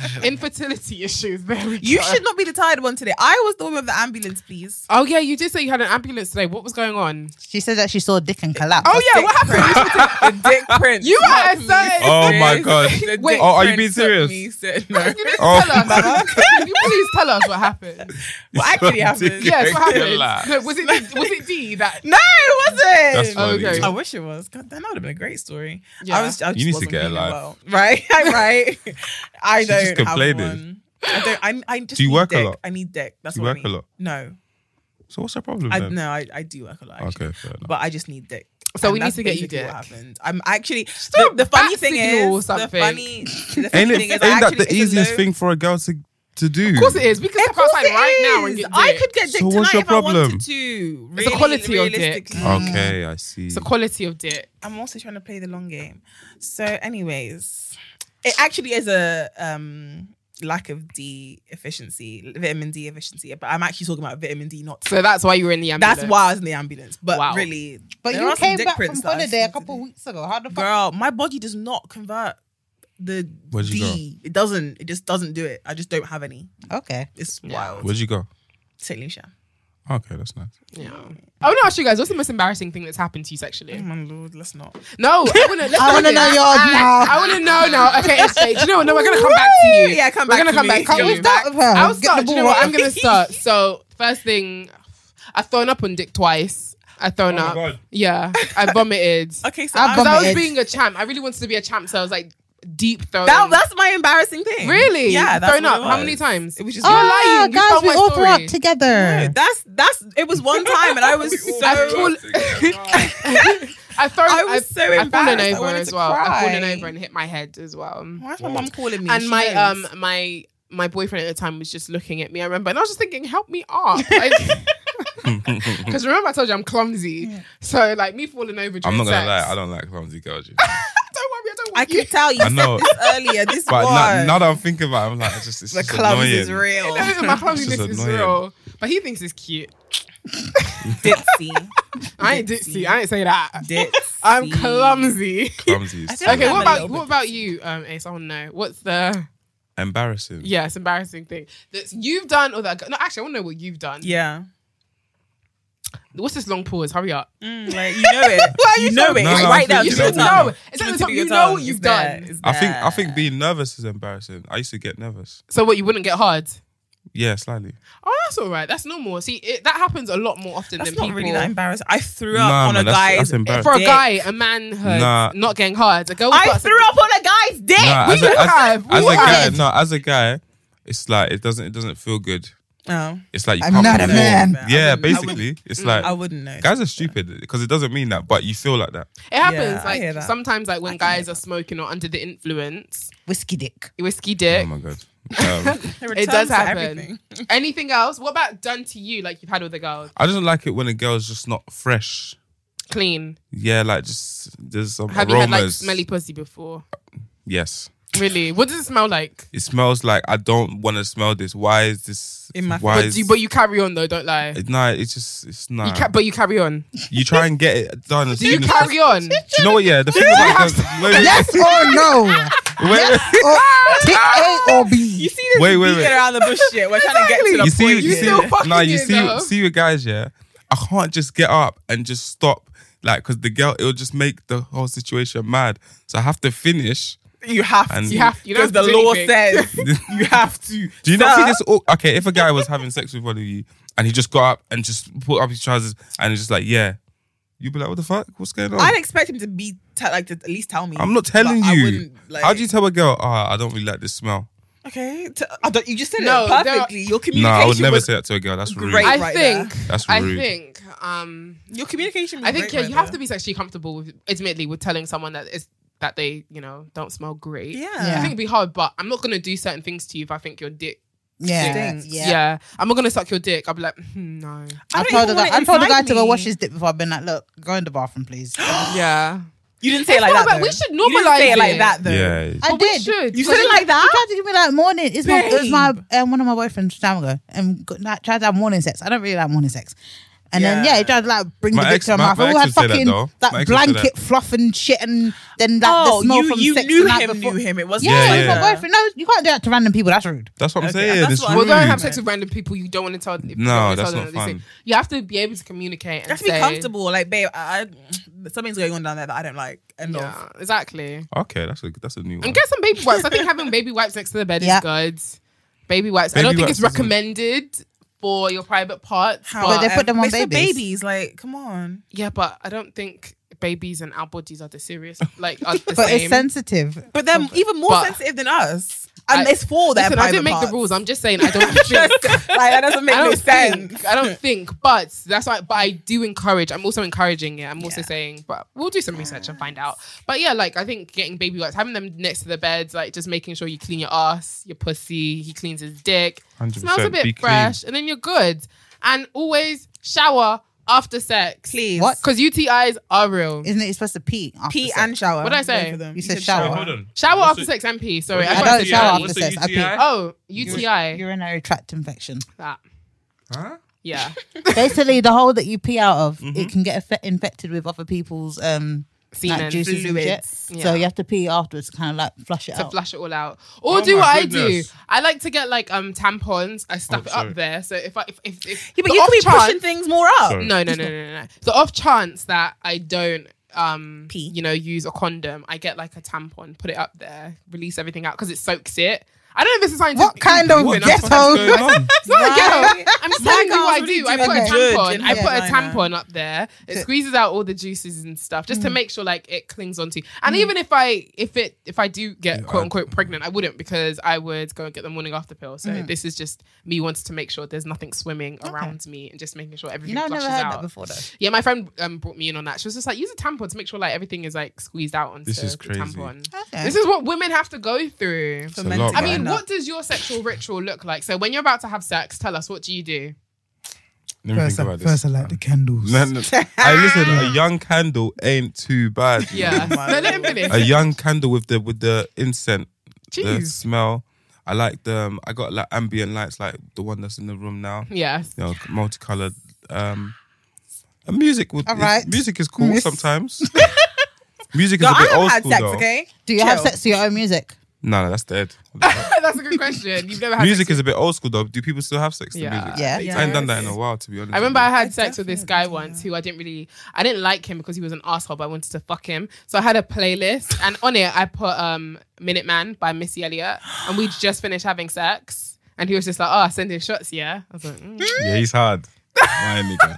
C: words. Infertility issues. There we
A: you
C: go.
A: should not be the tired one today. I was the one with the ambulance, please.
C: Oh yeah, you did say you had an ambulance today. What was going on?
B: She said that she saw Dick and collapse.
C: Oh yeah, what happened?
A: the dick print.
C: You
A: Not
C: are a
A: me.
C: certain-
D: Oh my
A: Yes,
D: god.
A: the dick
C: Wait.
D: Oh, are you
A: print
D: being
A: took
D: serious?
A: me, said no.
C: You didn't
D: Oh,
C: tell us. Can you please tell us what happened?
A: What actually happened?
C: Yes, what
D: Relax.
C: happened? No, was it was it D that?
A: No, it
D: That's
A: wasn't.
D: funny.
C: Okay.
A: I wish it was. God, that would have been a great story.
C: Yeah.
A: I was. I
D: You
A: just
D: need to
A: wasn't
D: get a
A: feeling
D: life.
A: well. Right, right. I
D: She's
A: don't
D: just
A: have
D: complaining.
A: one. I don't. I, I just.
D: Do you
A: need
D: work a
A: dick.
D: lot?
A: I need dick. That's
D: Do you work
A: what I
D: a
A: mean.
D: lot?
A: No,
D: So what's her problem
A: I
D: then?
A: no. I, I do work a lot. Actually.
D: Okay, fair enough.
A: But I just need dick.
C: So
A: And
C: we need
A: that's
C: to get you
A: basically
C: dick.
A: What happened? I'm actually.
C: do
A: The,
C: a
A: the funny
C: bat
A: thing
C: signal or
A: is, the
C: something.
A: funny, the
D: Ain't
A: funny
D: it,
A: thing
D: ain't
A: is, I
D: that
A: actually,
D: the
A: it's a
D: easiest
A: low-
D: thing for a girl to to do?
C: Of course it is. We can
A: Of
C: step
A: course
C: outside
A: it
C: right now and
A: is.
C: get dick.
A: I could get dick
D: So what's
A: tonight
D: your
A: if I
D: problem? Uh.
A: wanted to. Really,
C: It's the quality of dick.
A: realistically.
D: Okay, I see.
C: It's the quality of dick.
A: I'm also trying to play the long game. So, anyways, it actually is a um lack of D efficiency, vitamin D efficiency. But I'm actually talking about vitamin D, not.
C: So that's why you were in the ambulance.
A: That's why I was in the ambulance. But
C: Wow.
A: really,
B: But
A: there
B: you
A: are some
B: came
A: dick
B: back from
A: prints that I
B: holiday a
A: see
B: couple
A: today.
B: weeks ago. How the fuck?
A: girl, my body does not convert the
D: Where'd you
A: D. It doesn't. It just doesn't do it. I just don't have any.
B: Okay.
A: It's
C: Yeah.
A: wild.
D: Where'd you go?
A: St. Lucia.
D: Okay, that's nice.
C: Yeah. I want to ask you guys, what's the most embarrassing thing that's happened to you sexually?
A: Oh my lord, let's not.
C: No, I want to.
B: I want to know yours now.
C: I want to know now. Okay, SJ, do you know what? No, we're gonna come back to you.
A: Yeah, come
C: we're
A: back
C: gonna
A: to
C: come
A: me.
C: back. to
A: Can we
C: you.
B: start with her?
C: I'll
B: Get
C: start.
B: the
C: Do you know
B: ball
C: what? I'm
B: rolling.
C: gonna start. So first thing, I've thrown up on dick twice. I've thrown
D: Oh my
C: up.
D: God.
C: Yeah, I vomited.
A: Okay, so
C: I,
A: I'm,
C: because I was
B: vomited.
C: being a champ. I really wanted to be a champ, so I was like deep throwing.
A: that, that's my embarrassing thing.
C: really
A: Yeah, that's
C: thrown
A: what
C: up.
A: it
C: How
A: was.
C: many times?
A: It was just.
C: You're
A: one-
B: Ah,
C: lying. You
B: guys,
C: told
B: we
C: my
B: all threw up
C: story.
B: together.
A: That's that's. It was one time, and I was
C: I've,
A: so.
C: fall- I've thrown.
A: I was
C: I've,
A: so
C: I've fallen
A: embarrassed. I
C: over
A: wanted
C: as
A: to
C: well. I've fallen
A: cry.
C: over and hit my head as well.
A: Why is my mom calling me?
C: and
A: She
C: my
A: knows.
C: um my my boyfriend at the time was just looking at me. I remember, and I was just thinking, "Help me up," because remember I told you I'm clumsy. So like me falling over.
D: I'm
C: during
D: not gonna
C: sex-
D: lie, I don't like clumsy girls. You
C: Don't worry, I don't want
A: I
C: you.
A: could tell you
D: I know.
A: said this earlier. This
D: But now,
A: was
D: now that I'm thinking about it, I'm like, it's just, it's
A: the
D: just
A: clubs
D: annoying.
A: is real.
C: Everything, my clumsiness
D: This is
C: is
D: annoying.
C: real, but he thinks it's cute.
A: Dipsy,
C: I ain't
A: Ditzy.
C: ditzy. I ain't say that.
A: dipsy.
C: I'm clumsy.
D: Clumsy is
A: I
D: still
A: feel like
C: Okay,
A: I'm
C: what
A: a
C: about
A: little
C: what
A: bit
C: about you, um, Ace? I want to know what's the
D: embarrassing.
C: yeah, it's embarrassing thing that you've done or that no, actually, I want to know what you've done.
A: Yeah,
C: What's this long pause? Hurry up.
A: Mm, like you know it. you, know it.
D: No,
A: It's
D: no,
A: right now.
D: you
A: You know,
D: should know.
A: know.
C: It's at the top. You know what you've done.
D: I think I think being nervous is embarrassing. I used to get nervous.
C: So what? You wouldn't get hard.
D: Yeah, slightly.
C: Oh, that's all right. That's normal. See, it, that happens a lot more often
A: that's
C: than
A: not
C: people.
A: really that embarrassing. I threw up
D: Nah,
A: on
D: man,
A: a
D: that's-
A: guy's
D: that's
C: For
D: embarrassing.
C: a
A: dick.
C: guy, a manhood,
D: Nah.
C: not getting hard. A girl
A: I
C: got
A: threw up on a guy's dick.
D: Nah, as
C: we
D: a, as,
C: have,
D: as
C: we
D: a guy,
C: have.
D: no, as a guy, it's like it doesn't it doesn't feel good.
A: No,
D: It's like you
B: I'm
D: can't
B: not a
D: perform.
B: man. Mm.
D: Yeah,
A: I wouldn't- I
D: basically,
A: wouldn't-
D: it's like
A: I wouldn't know.
D: guys are stupid because it doesn't mean that, but you feel like that.
C: It happens.
A: I hear
C: like
A: that.
C: sometimes, like when guys are smoking or under the influence,
B: Whiskey dick.
C: whiskey dick.
D: Oh my god. Um,
A: There are
C: it
A: terms
C: does
A: for
C: happen.
A: everything.
C: Anything else? What about done to you? Like you've had with a girl,
D: I just like it when a girl's just not fresh.
C: clean.
D: Yeah, like just there's some
C: Have
D: aromas.
C: you had like smelly pussy before?
D: Yes,
C: Really? What does it smell like?
D: it smells like I don't want to smell this. Why is this?
A: In my-
D: why
C: But
D: is,
C: you, but you carry on though. Don't lie.
D: It- nah, it's just it's nah.
C: You ca- but you carry on.
D: You try and get it done. As
C: Do you
D: soon as-
C: carry on?
D: Do you know what? Yeah, the thing about the, wait, wait,
B: Yes or Oh, no?
D: wait, wait,
B: or, tick A or B?
C: see this?
D: wait, wait,
A: Beat it
D: wait.
A: around the bush shit. We're trying to get to the
D: You see,
A: point.
D: you
A: here.
D: see,
C: still fucking
D: nah, you
C: it,
D: see,
C: though.
D: see you guys. Yeah, I can't just get up and just stop. Like, cause the girl, it'll just make the whole situation mad. So I have to finish.
A: You have
D: And-
A: to.
C: You have. You don't
A: Because
C: have
A: the
C: to do
A: law
C: anything.
A: says you have to.
D: Do you not
A: Sir,
D: think it's all okay? If a guy was having sex with one of you and he just got up and just put up his trousers and he's just like, yeah, you'd be like, what the fuck? What's going on?
A: I'd expect him to be te- like to at least tell me.
D: I'm not
A: but
D: telling
A: I
D: you.
A: wouldn't, like-
D: How do you tell a girl, oh, I don't really like this smell?
A: Okay, t- I don't- you just said
C: No,
A: it
C: there are-
A: perfectly. Your
D: No,
A: communication.
D: I would never
A: was-
D: say that to a girl. That's rude.
A: Great.
C: I
A: right
C: think.
D: That's
C: I
D: rude.
C: think. Um.
A: Your communication. Was
C: I think
A: great
C: yeah.
A: right
C: You have
A: there.
C: to be sexually comfortable with, admittedly, with telling someone that is that they you know don't smell great. I
A: Yeah.
B: Yeah.
C: think it'd be hard, but I'm not gonna do certain things to you if I think your dick.
B: Yeah,
A: Stinks.
C: Yeah.
B: yeah.
C: I'm not gonna suck your dick. I'll be like, hmm, no.
B: I,
A: I don't
B: told the
A: even
B: guy.
A: want
B: I
A: it
B: told the guy
A: inside
B: to go
A: me.
B: wash his dick before I've been like, look, go in the bathroom, please. I
C: yeah.
A: You didn't say it like
C: No,
A: that.
C: but
A: though.
C: we should
A: You didn't say
C: normalize
A: it
C: it.
A: like that though.
D: Yeah.
C: But we
B: did.
C: should.
A: You said it like
B: He
A: that.
B: tried to give me like morning. It's my, it was my
A: Babe.
B: um, one of my boyfriends a time ago, and got, like, tried to have morning sex. I don't really like morning sex. And then
A: Yeah.
B: yeah, he tried to like bring
D: My
B: the dick
D: ex-
B: to my
D: my-
B: mouth.
D: my
B: We
D: ex
B: had
D: would say that,
B: fucking
D: though.
B: that
D: My ex would say that.
B: blanket fluff and shit, and then that
A: Oh,
B: the smell
A: you-
B: from
A: you
B: sex
A: knew
B: the night
A: him,
B: before.
A: knew him. It wasn't.
B: Yeah,
D: Yeah,
B: he's
D: yeah.
B: my boyfriend. No, you can't do that to random people. That's rude.
D: That's what I'm
A: Okay,
D: saying.
A: that's
D: It's
A: what I-
D: rude.
C: Well, don't have
A: Mm.
C: sex with random people you don't want to tell. If you
D: No,
C: don't wanna
D: that's
C: tell
D: not
C: them
D: fun.
C: thing. You have to be able to communicate. And
A: You have to
C: say-
A: be comfortable. Like, babe, I, I- something's going on down there that I don't like. End of.
C: Yeah, exactly.
D: Okay, that's a that's a new one.
C: And get some baby wipes. I think having baby wipes next to the bed
B: Yeah.
C: is good. Baby wipes. I
D: Baby
C: don't think
D: wipes
C: it's
D: is good.
C: recommended for your private parts.
A: How-
C: but
B: they put them on
A: it's for
B: babies.
A: babies, like, come on.
C: yeah, but I don't think babies and our bodies are the serious. Like, are the
B: But
C: same.
B: it's sensitive.
A: But they're even more
C: But-
A: sensitive than us. And
C: I-
A: um, it's for their
C: Listen, I didn't
A: private
C: make the
A: parts.
C: rules. I'm just saying I don't think.
A: like that doesn't make
C: I
A: no
C: don't
A: sense.
C: think. I don't think. But that's why. But I do encourage. I'm also encouraging it. I'm also saying. But we'll do some research and find out. But yeah, like I think getting baby wipes, having them next to the beds, like just making sure you clean your ass, your pussy. He cleans his dick.
D: 100%,
C: Smells a
D: be
C: bit
D: clean.
C: fresh, and then you're good. And always shower after sex,
A: Please.
B: What?
C: because UTIs are real.
B: Isn't it? You're supposed to pee. After
A: Pee
B: sex?
A: and shower.
C: What did I
A: Both
C: say?
A: of them.
B: You said shower.
D: Hold on.
C: Shower
D: What's
C: after
D: the-
C: sex and pee. Sorry,
D: what's
B: I
D: the
C: thought
B: don't
C: said
D: UTI?
B: shower
D: What's
B: after
D: the
B: sex. I pee.
D: UTI?
C: Oh, UTI.
B: Urinary tract infection.
C: That.
D: Huh?
C: Yeah.
B: Basically, the hole that you pee out of, it can get affe- infected with other people's um
C: Semen.
B: like, juices and shit.
A: Fluids.
B: So
C: Yeah.
B: you have to pee afterwards, kind of like flush it
C: to
B: out.
C: flush it all out. Or
D: Oh
C: do
D: my
C: what I do.
D: goodness.
C: I like to get like um tampons. I stuff
D: Oh,
C: it
D: sorry.
C: up there. So if I if if, if
A: Yeah, but
C: the
A: you
C: off
A: could be
C: chance,
A: pushing things more up.
D: Sorry.
C: No, no, no, no, no, no. The off chance that I don't um
A: Pee.
C: you know use a condom, I get like a tampon, put it up there, release everything out because it soaks it. I don't know if this is scientific.
B: What kind of
D: What the
B: ghetto?
D: fuck is going on?
C: It's not a
A: Right.
C: ghetto. I'm just telling you what I
A: girl's really
C: do. I
A: doing
C: put a
A: good
C: tampon.
A: in
C: I
A: her
C: put a
A: vagina.
C: tampon up there. It squeezes out all the juices and stuff just
B: Mm.
C: to make sure like it clings onto. And even if I if it if I do get quote unquote pregnant, I wouldn't because I would go and get the morning after pill. So
B: Mm.
C: this is just me wanting to make sure there's nothing swimming around me and just making sure everything
B: You know, I've never
C: flushes
B: heard
C: out.
B: that before though.
C: Yeah, my friend um, brought me in on that. She was just like, use a tampon to make sure like everything is like squeezed out onto
D: This is
C: the
D: crazy.
C: tampon.
B: Okay.
C: This is what women have to go through.
D: a lot,
C: I
D: man.
C: mean, what does your sexual ritual look like? So when you're about to have sex, tell us what do you do?
D: Let me think about this.
B: candles.
D: No, no. I listen. A young candle ain't too bad. you
C: Yeah,
D: know.
C: no, let him finish.
D: A young candle with the with the incense, the
C: Jeez.
D: smell. I like the. Um, I got like ambient lights, like the one that's in the room now.
C: Yes.
D: You know, multicolored. Um, and music would.
B: All right.
D: Music is cool
B: Miss.
D: sometimes. musix is a
A: Girl, I
D: bit
A: have
D: old
A: had
D: school
A: sex,
D: though.
A: okay?
B: Do you have
A: Chill.
B: sex to your own music?
D: No, no, that's dead.
C: That's a good question. You've never had
D: music
C: sex
D: is a bit old school though. Do people still have sex to
C: Yeah.
D: music?
B: Yeah.
D: I ain't done that in a while, to be honest.
C: I remember
D: with
C: I
D: you.
C: had sex with this guy once who I didn't really, I didn't like him because he was an asshole, but I wanted to fuck him. So I had a playlist and on it I put um Minuteman by Missy Elliott and we just finished having sex and he was just like, oh, sending shots, yeah. I was like, mm,
D: Yeah, he's hard. My nigga.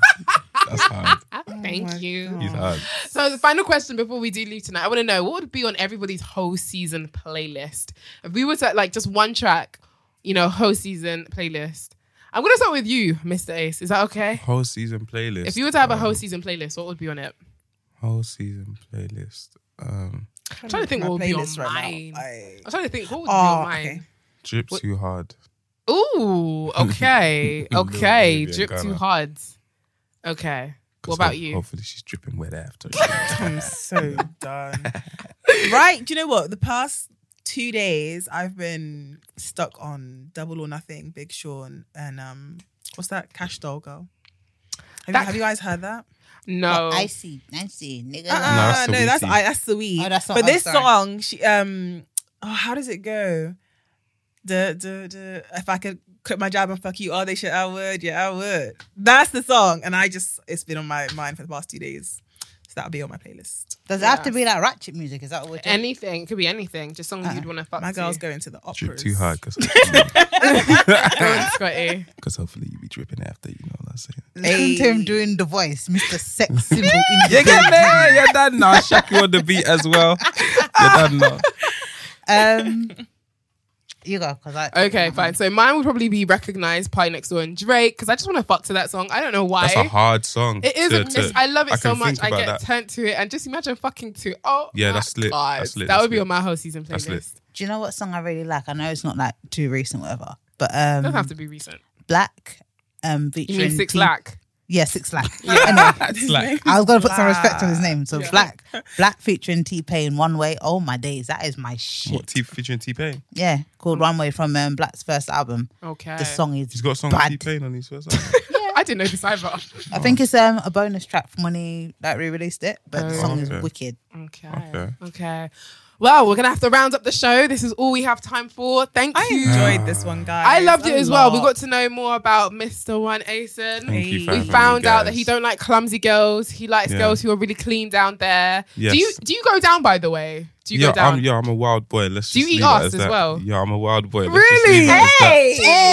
D: That's hard.
C: ah, thank you.
D: He's hard.
C: So the final question before we do leave tonight, I want to know what would be on everybody's whole season playlist? If we were to like just one track, you know, whole season playlist, I'm gonna start with you, Mr. Ace. Is that okay?
D: Whole season playlist.
C: If you were to have a whole
D: um,
C: season playlist, what would be on it?
D: whole season playlist. Um,
C: I'm trying to think
A: My
C: what would be on
A: playlist
C: mine.
A: I-
C: I'm trying to think what would
A: Oh,
C: be on mine.
D: drip too hard.
C: Ooh, okay,
D: Little
C: okay.
D: baby in
C: Drip too
D: Ghana.
C: hard. Okay.
D: 'Cause
C: What about
D: ho-
C: you?
D: Hopefully she's dripping wet after.
A: I'm so done. right? Do you know what? The past two days, I've been stuck on Double or Nothing, Big Sean, and um, what's that? Cash Doll Girl. Have,
C: That-
A: you, have you guys heard that? Oh,
C: No.
B: I see, I see, nigga.
C: Uh-uh.
D: No,
A: Uh,
D: that's
A: no,
D: Saweetie.
A: that's I, that's the weed.
B: Oh, that's not-
A: but
B: oh,
A: this
B: sorry.
A: song, she um, oh, how does it go? Duh, duh, duh. If I could quit my job and fuck you all day, shit, I would. Yeah, I would. That's the song, and I just it's been on my mind for the past two days, so that'll be on my playlist.
B: Does it have to be like ratchet music? Is that what? We're
C: Anything. It could be anything. Just songs you'd want to fuck
A: Uh, My
C: to.
A: girls going to the
D: Drip
A: operas.
D: too hard because
C: Go on, Scotty.
D: hopefully you be dripping after. You know what I'm saying.
B: Listen to him
A: Hey.
B: doing the voice, Mr. Sex Symbol. in the
D: You get there. You're done now. Shaq you on the beat as well. You're done now.
B: Um, you go because I
C: Okay, fine. So mine would probably be recognized Party Next Door and Drake because I just want to fuck to that song. I don't know why.
D: That's a hard song.
C: it is.
D: to-
C: a-
D: to-
C: it's- I love it
D: I
C: so
D: can
C: much.
D: think
C: I
D: about
C: get
D: that.
C: turned to it and just imagine fucking to oh
D: Yeah,
C: my
D: that's lit.
C: God.
D: That's lit.
C: That
D: That's
C: would be
D: lit.
C: on my whole season
D: That's lit.
C: playlist.
B: Do you know what song I really like? I know it's not like too recent, whatever, but um,
C: Doesn't have to be recent.
B: Black. Um,
C: You
B: featuring
C: mean Six
B: T-
C: Lack?
B: Yeah, Six Black. Anyway,
D: like-
B: I was gonna put some respect on his name. So
C: Yeah.
B: Black, Black featuring T Pain, One Way. Oh my days, that is my shit.
D: What T featuring T Pain?
B: Yeah, called One Way from um, Black's first album.
C: Okay.
B: The song is
D: He's got a song with
B: bad.
D: T Pain on his first album.
C: I didn't know this either.
B: I think
D: oh.
B: it's um a bonus track from when he like re-released it, but the
C: Oh.
B: song
D: Okay.
B: is wicked.
C: Okay.
D: Okay.
C: Okay. Well, we're gonna have to round up the show. This is all we have time for. Thank
A: I
C: you.
A: enjoyed this one, guys.
C: Ah. I loved it
A: a
C: as well. We
A: lot.
C: got to know more about Mr. One Asen.
D: Thank you for
C: we
D: having me,
C: found out that
D: guys.
C: he don't like clumsy girls. He likes
D: Yeah.
C: girls who are really clean down there.
D: Yes.
C: Do you do you go down by the way? Do you
D: yeah,
C: go down?
D: I'm, yeah, I'm a wild boy. Let's
C: Do you
D: just
C: eat
D: leave
C: ass
D: it
C: as
D: that.
C: well?
D: Yeah, I'm a wild boy. Let's just leave it as that.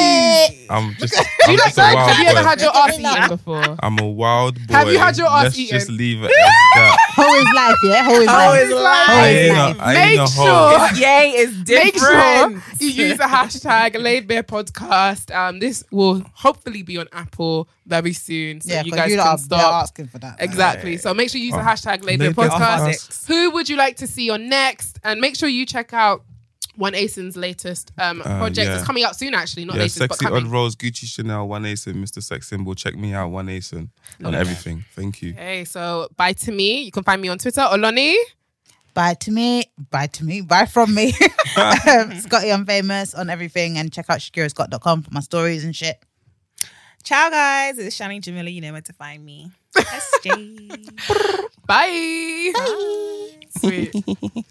D: I'm just.
C: do
D: I'm
C: you like
D: just a
C: birds?
D: wild
C: Have you
D: boy.
C: ever had your ass eaten before?
D: I'm a wild boy.
C: Have you had your ass
D: Let's
C: eaten?
D: just leave it as that.
B: Whole is life, yeah. Whole is life.
A: is life.
D: I ain't
B: life.
D: a, I ain't a
C: Oh, Make
D: hoe.
C: sure.
A: Yay is
C: Make sure
A: different.
C: you use the hashtag Laid Bear Podcast. Um, this will hopefully be on Apple very soon, so
B: Yeah,
C: you
B: 'cause
C: guys
B: you lot
C: can
B: are- they're
C: stop.
B: asking for that. man.
C: Exactly. So make sure you use the
D: Oh.
C: hashtag Laid Bear
D: Laid Bear
C: Podcast.
D: Podcast.
C: Who would you like to see on next? And make sure you check out One Asin's latest um, project.
D: Uh, yeah.
C: It's coming out soon, actually. Not
D: Yeah,
C: latest, but
D: sexy
C: coming.
D: odd rolls, Gucci Chanel, One Ace, and Mr. Sex Symbol. Check me out, One Ace, and on everything. Thank you.
C: Okay, so bye to me. You can find me on Twitter, Oloni.
B: Bye to me. Bye to me. Bye from me. um, Scotty, I'm famous on everything, and check out shakirascott.com for my stories and shit.
A: Ciao, guys. It's Shannon Jamila. You know where to find me. SJ.
C: Bye. Sweet.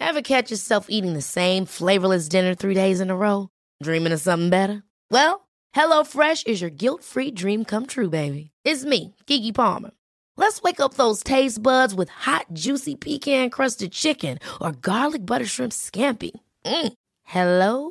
J: Ever catch yourself eating the same flavorless dinner three days in a row? Dreaming of something better? Well, HelloFresh is your guilt free dream come true, baby. It's me, Gigi Palmer. Let's wake up those taste buds with hot, juicy pecan crusted chicken or garlic butter shrimp scampi. Mm. Hello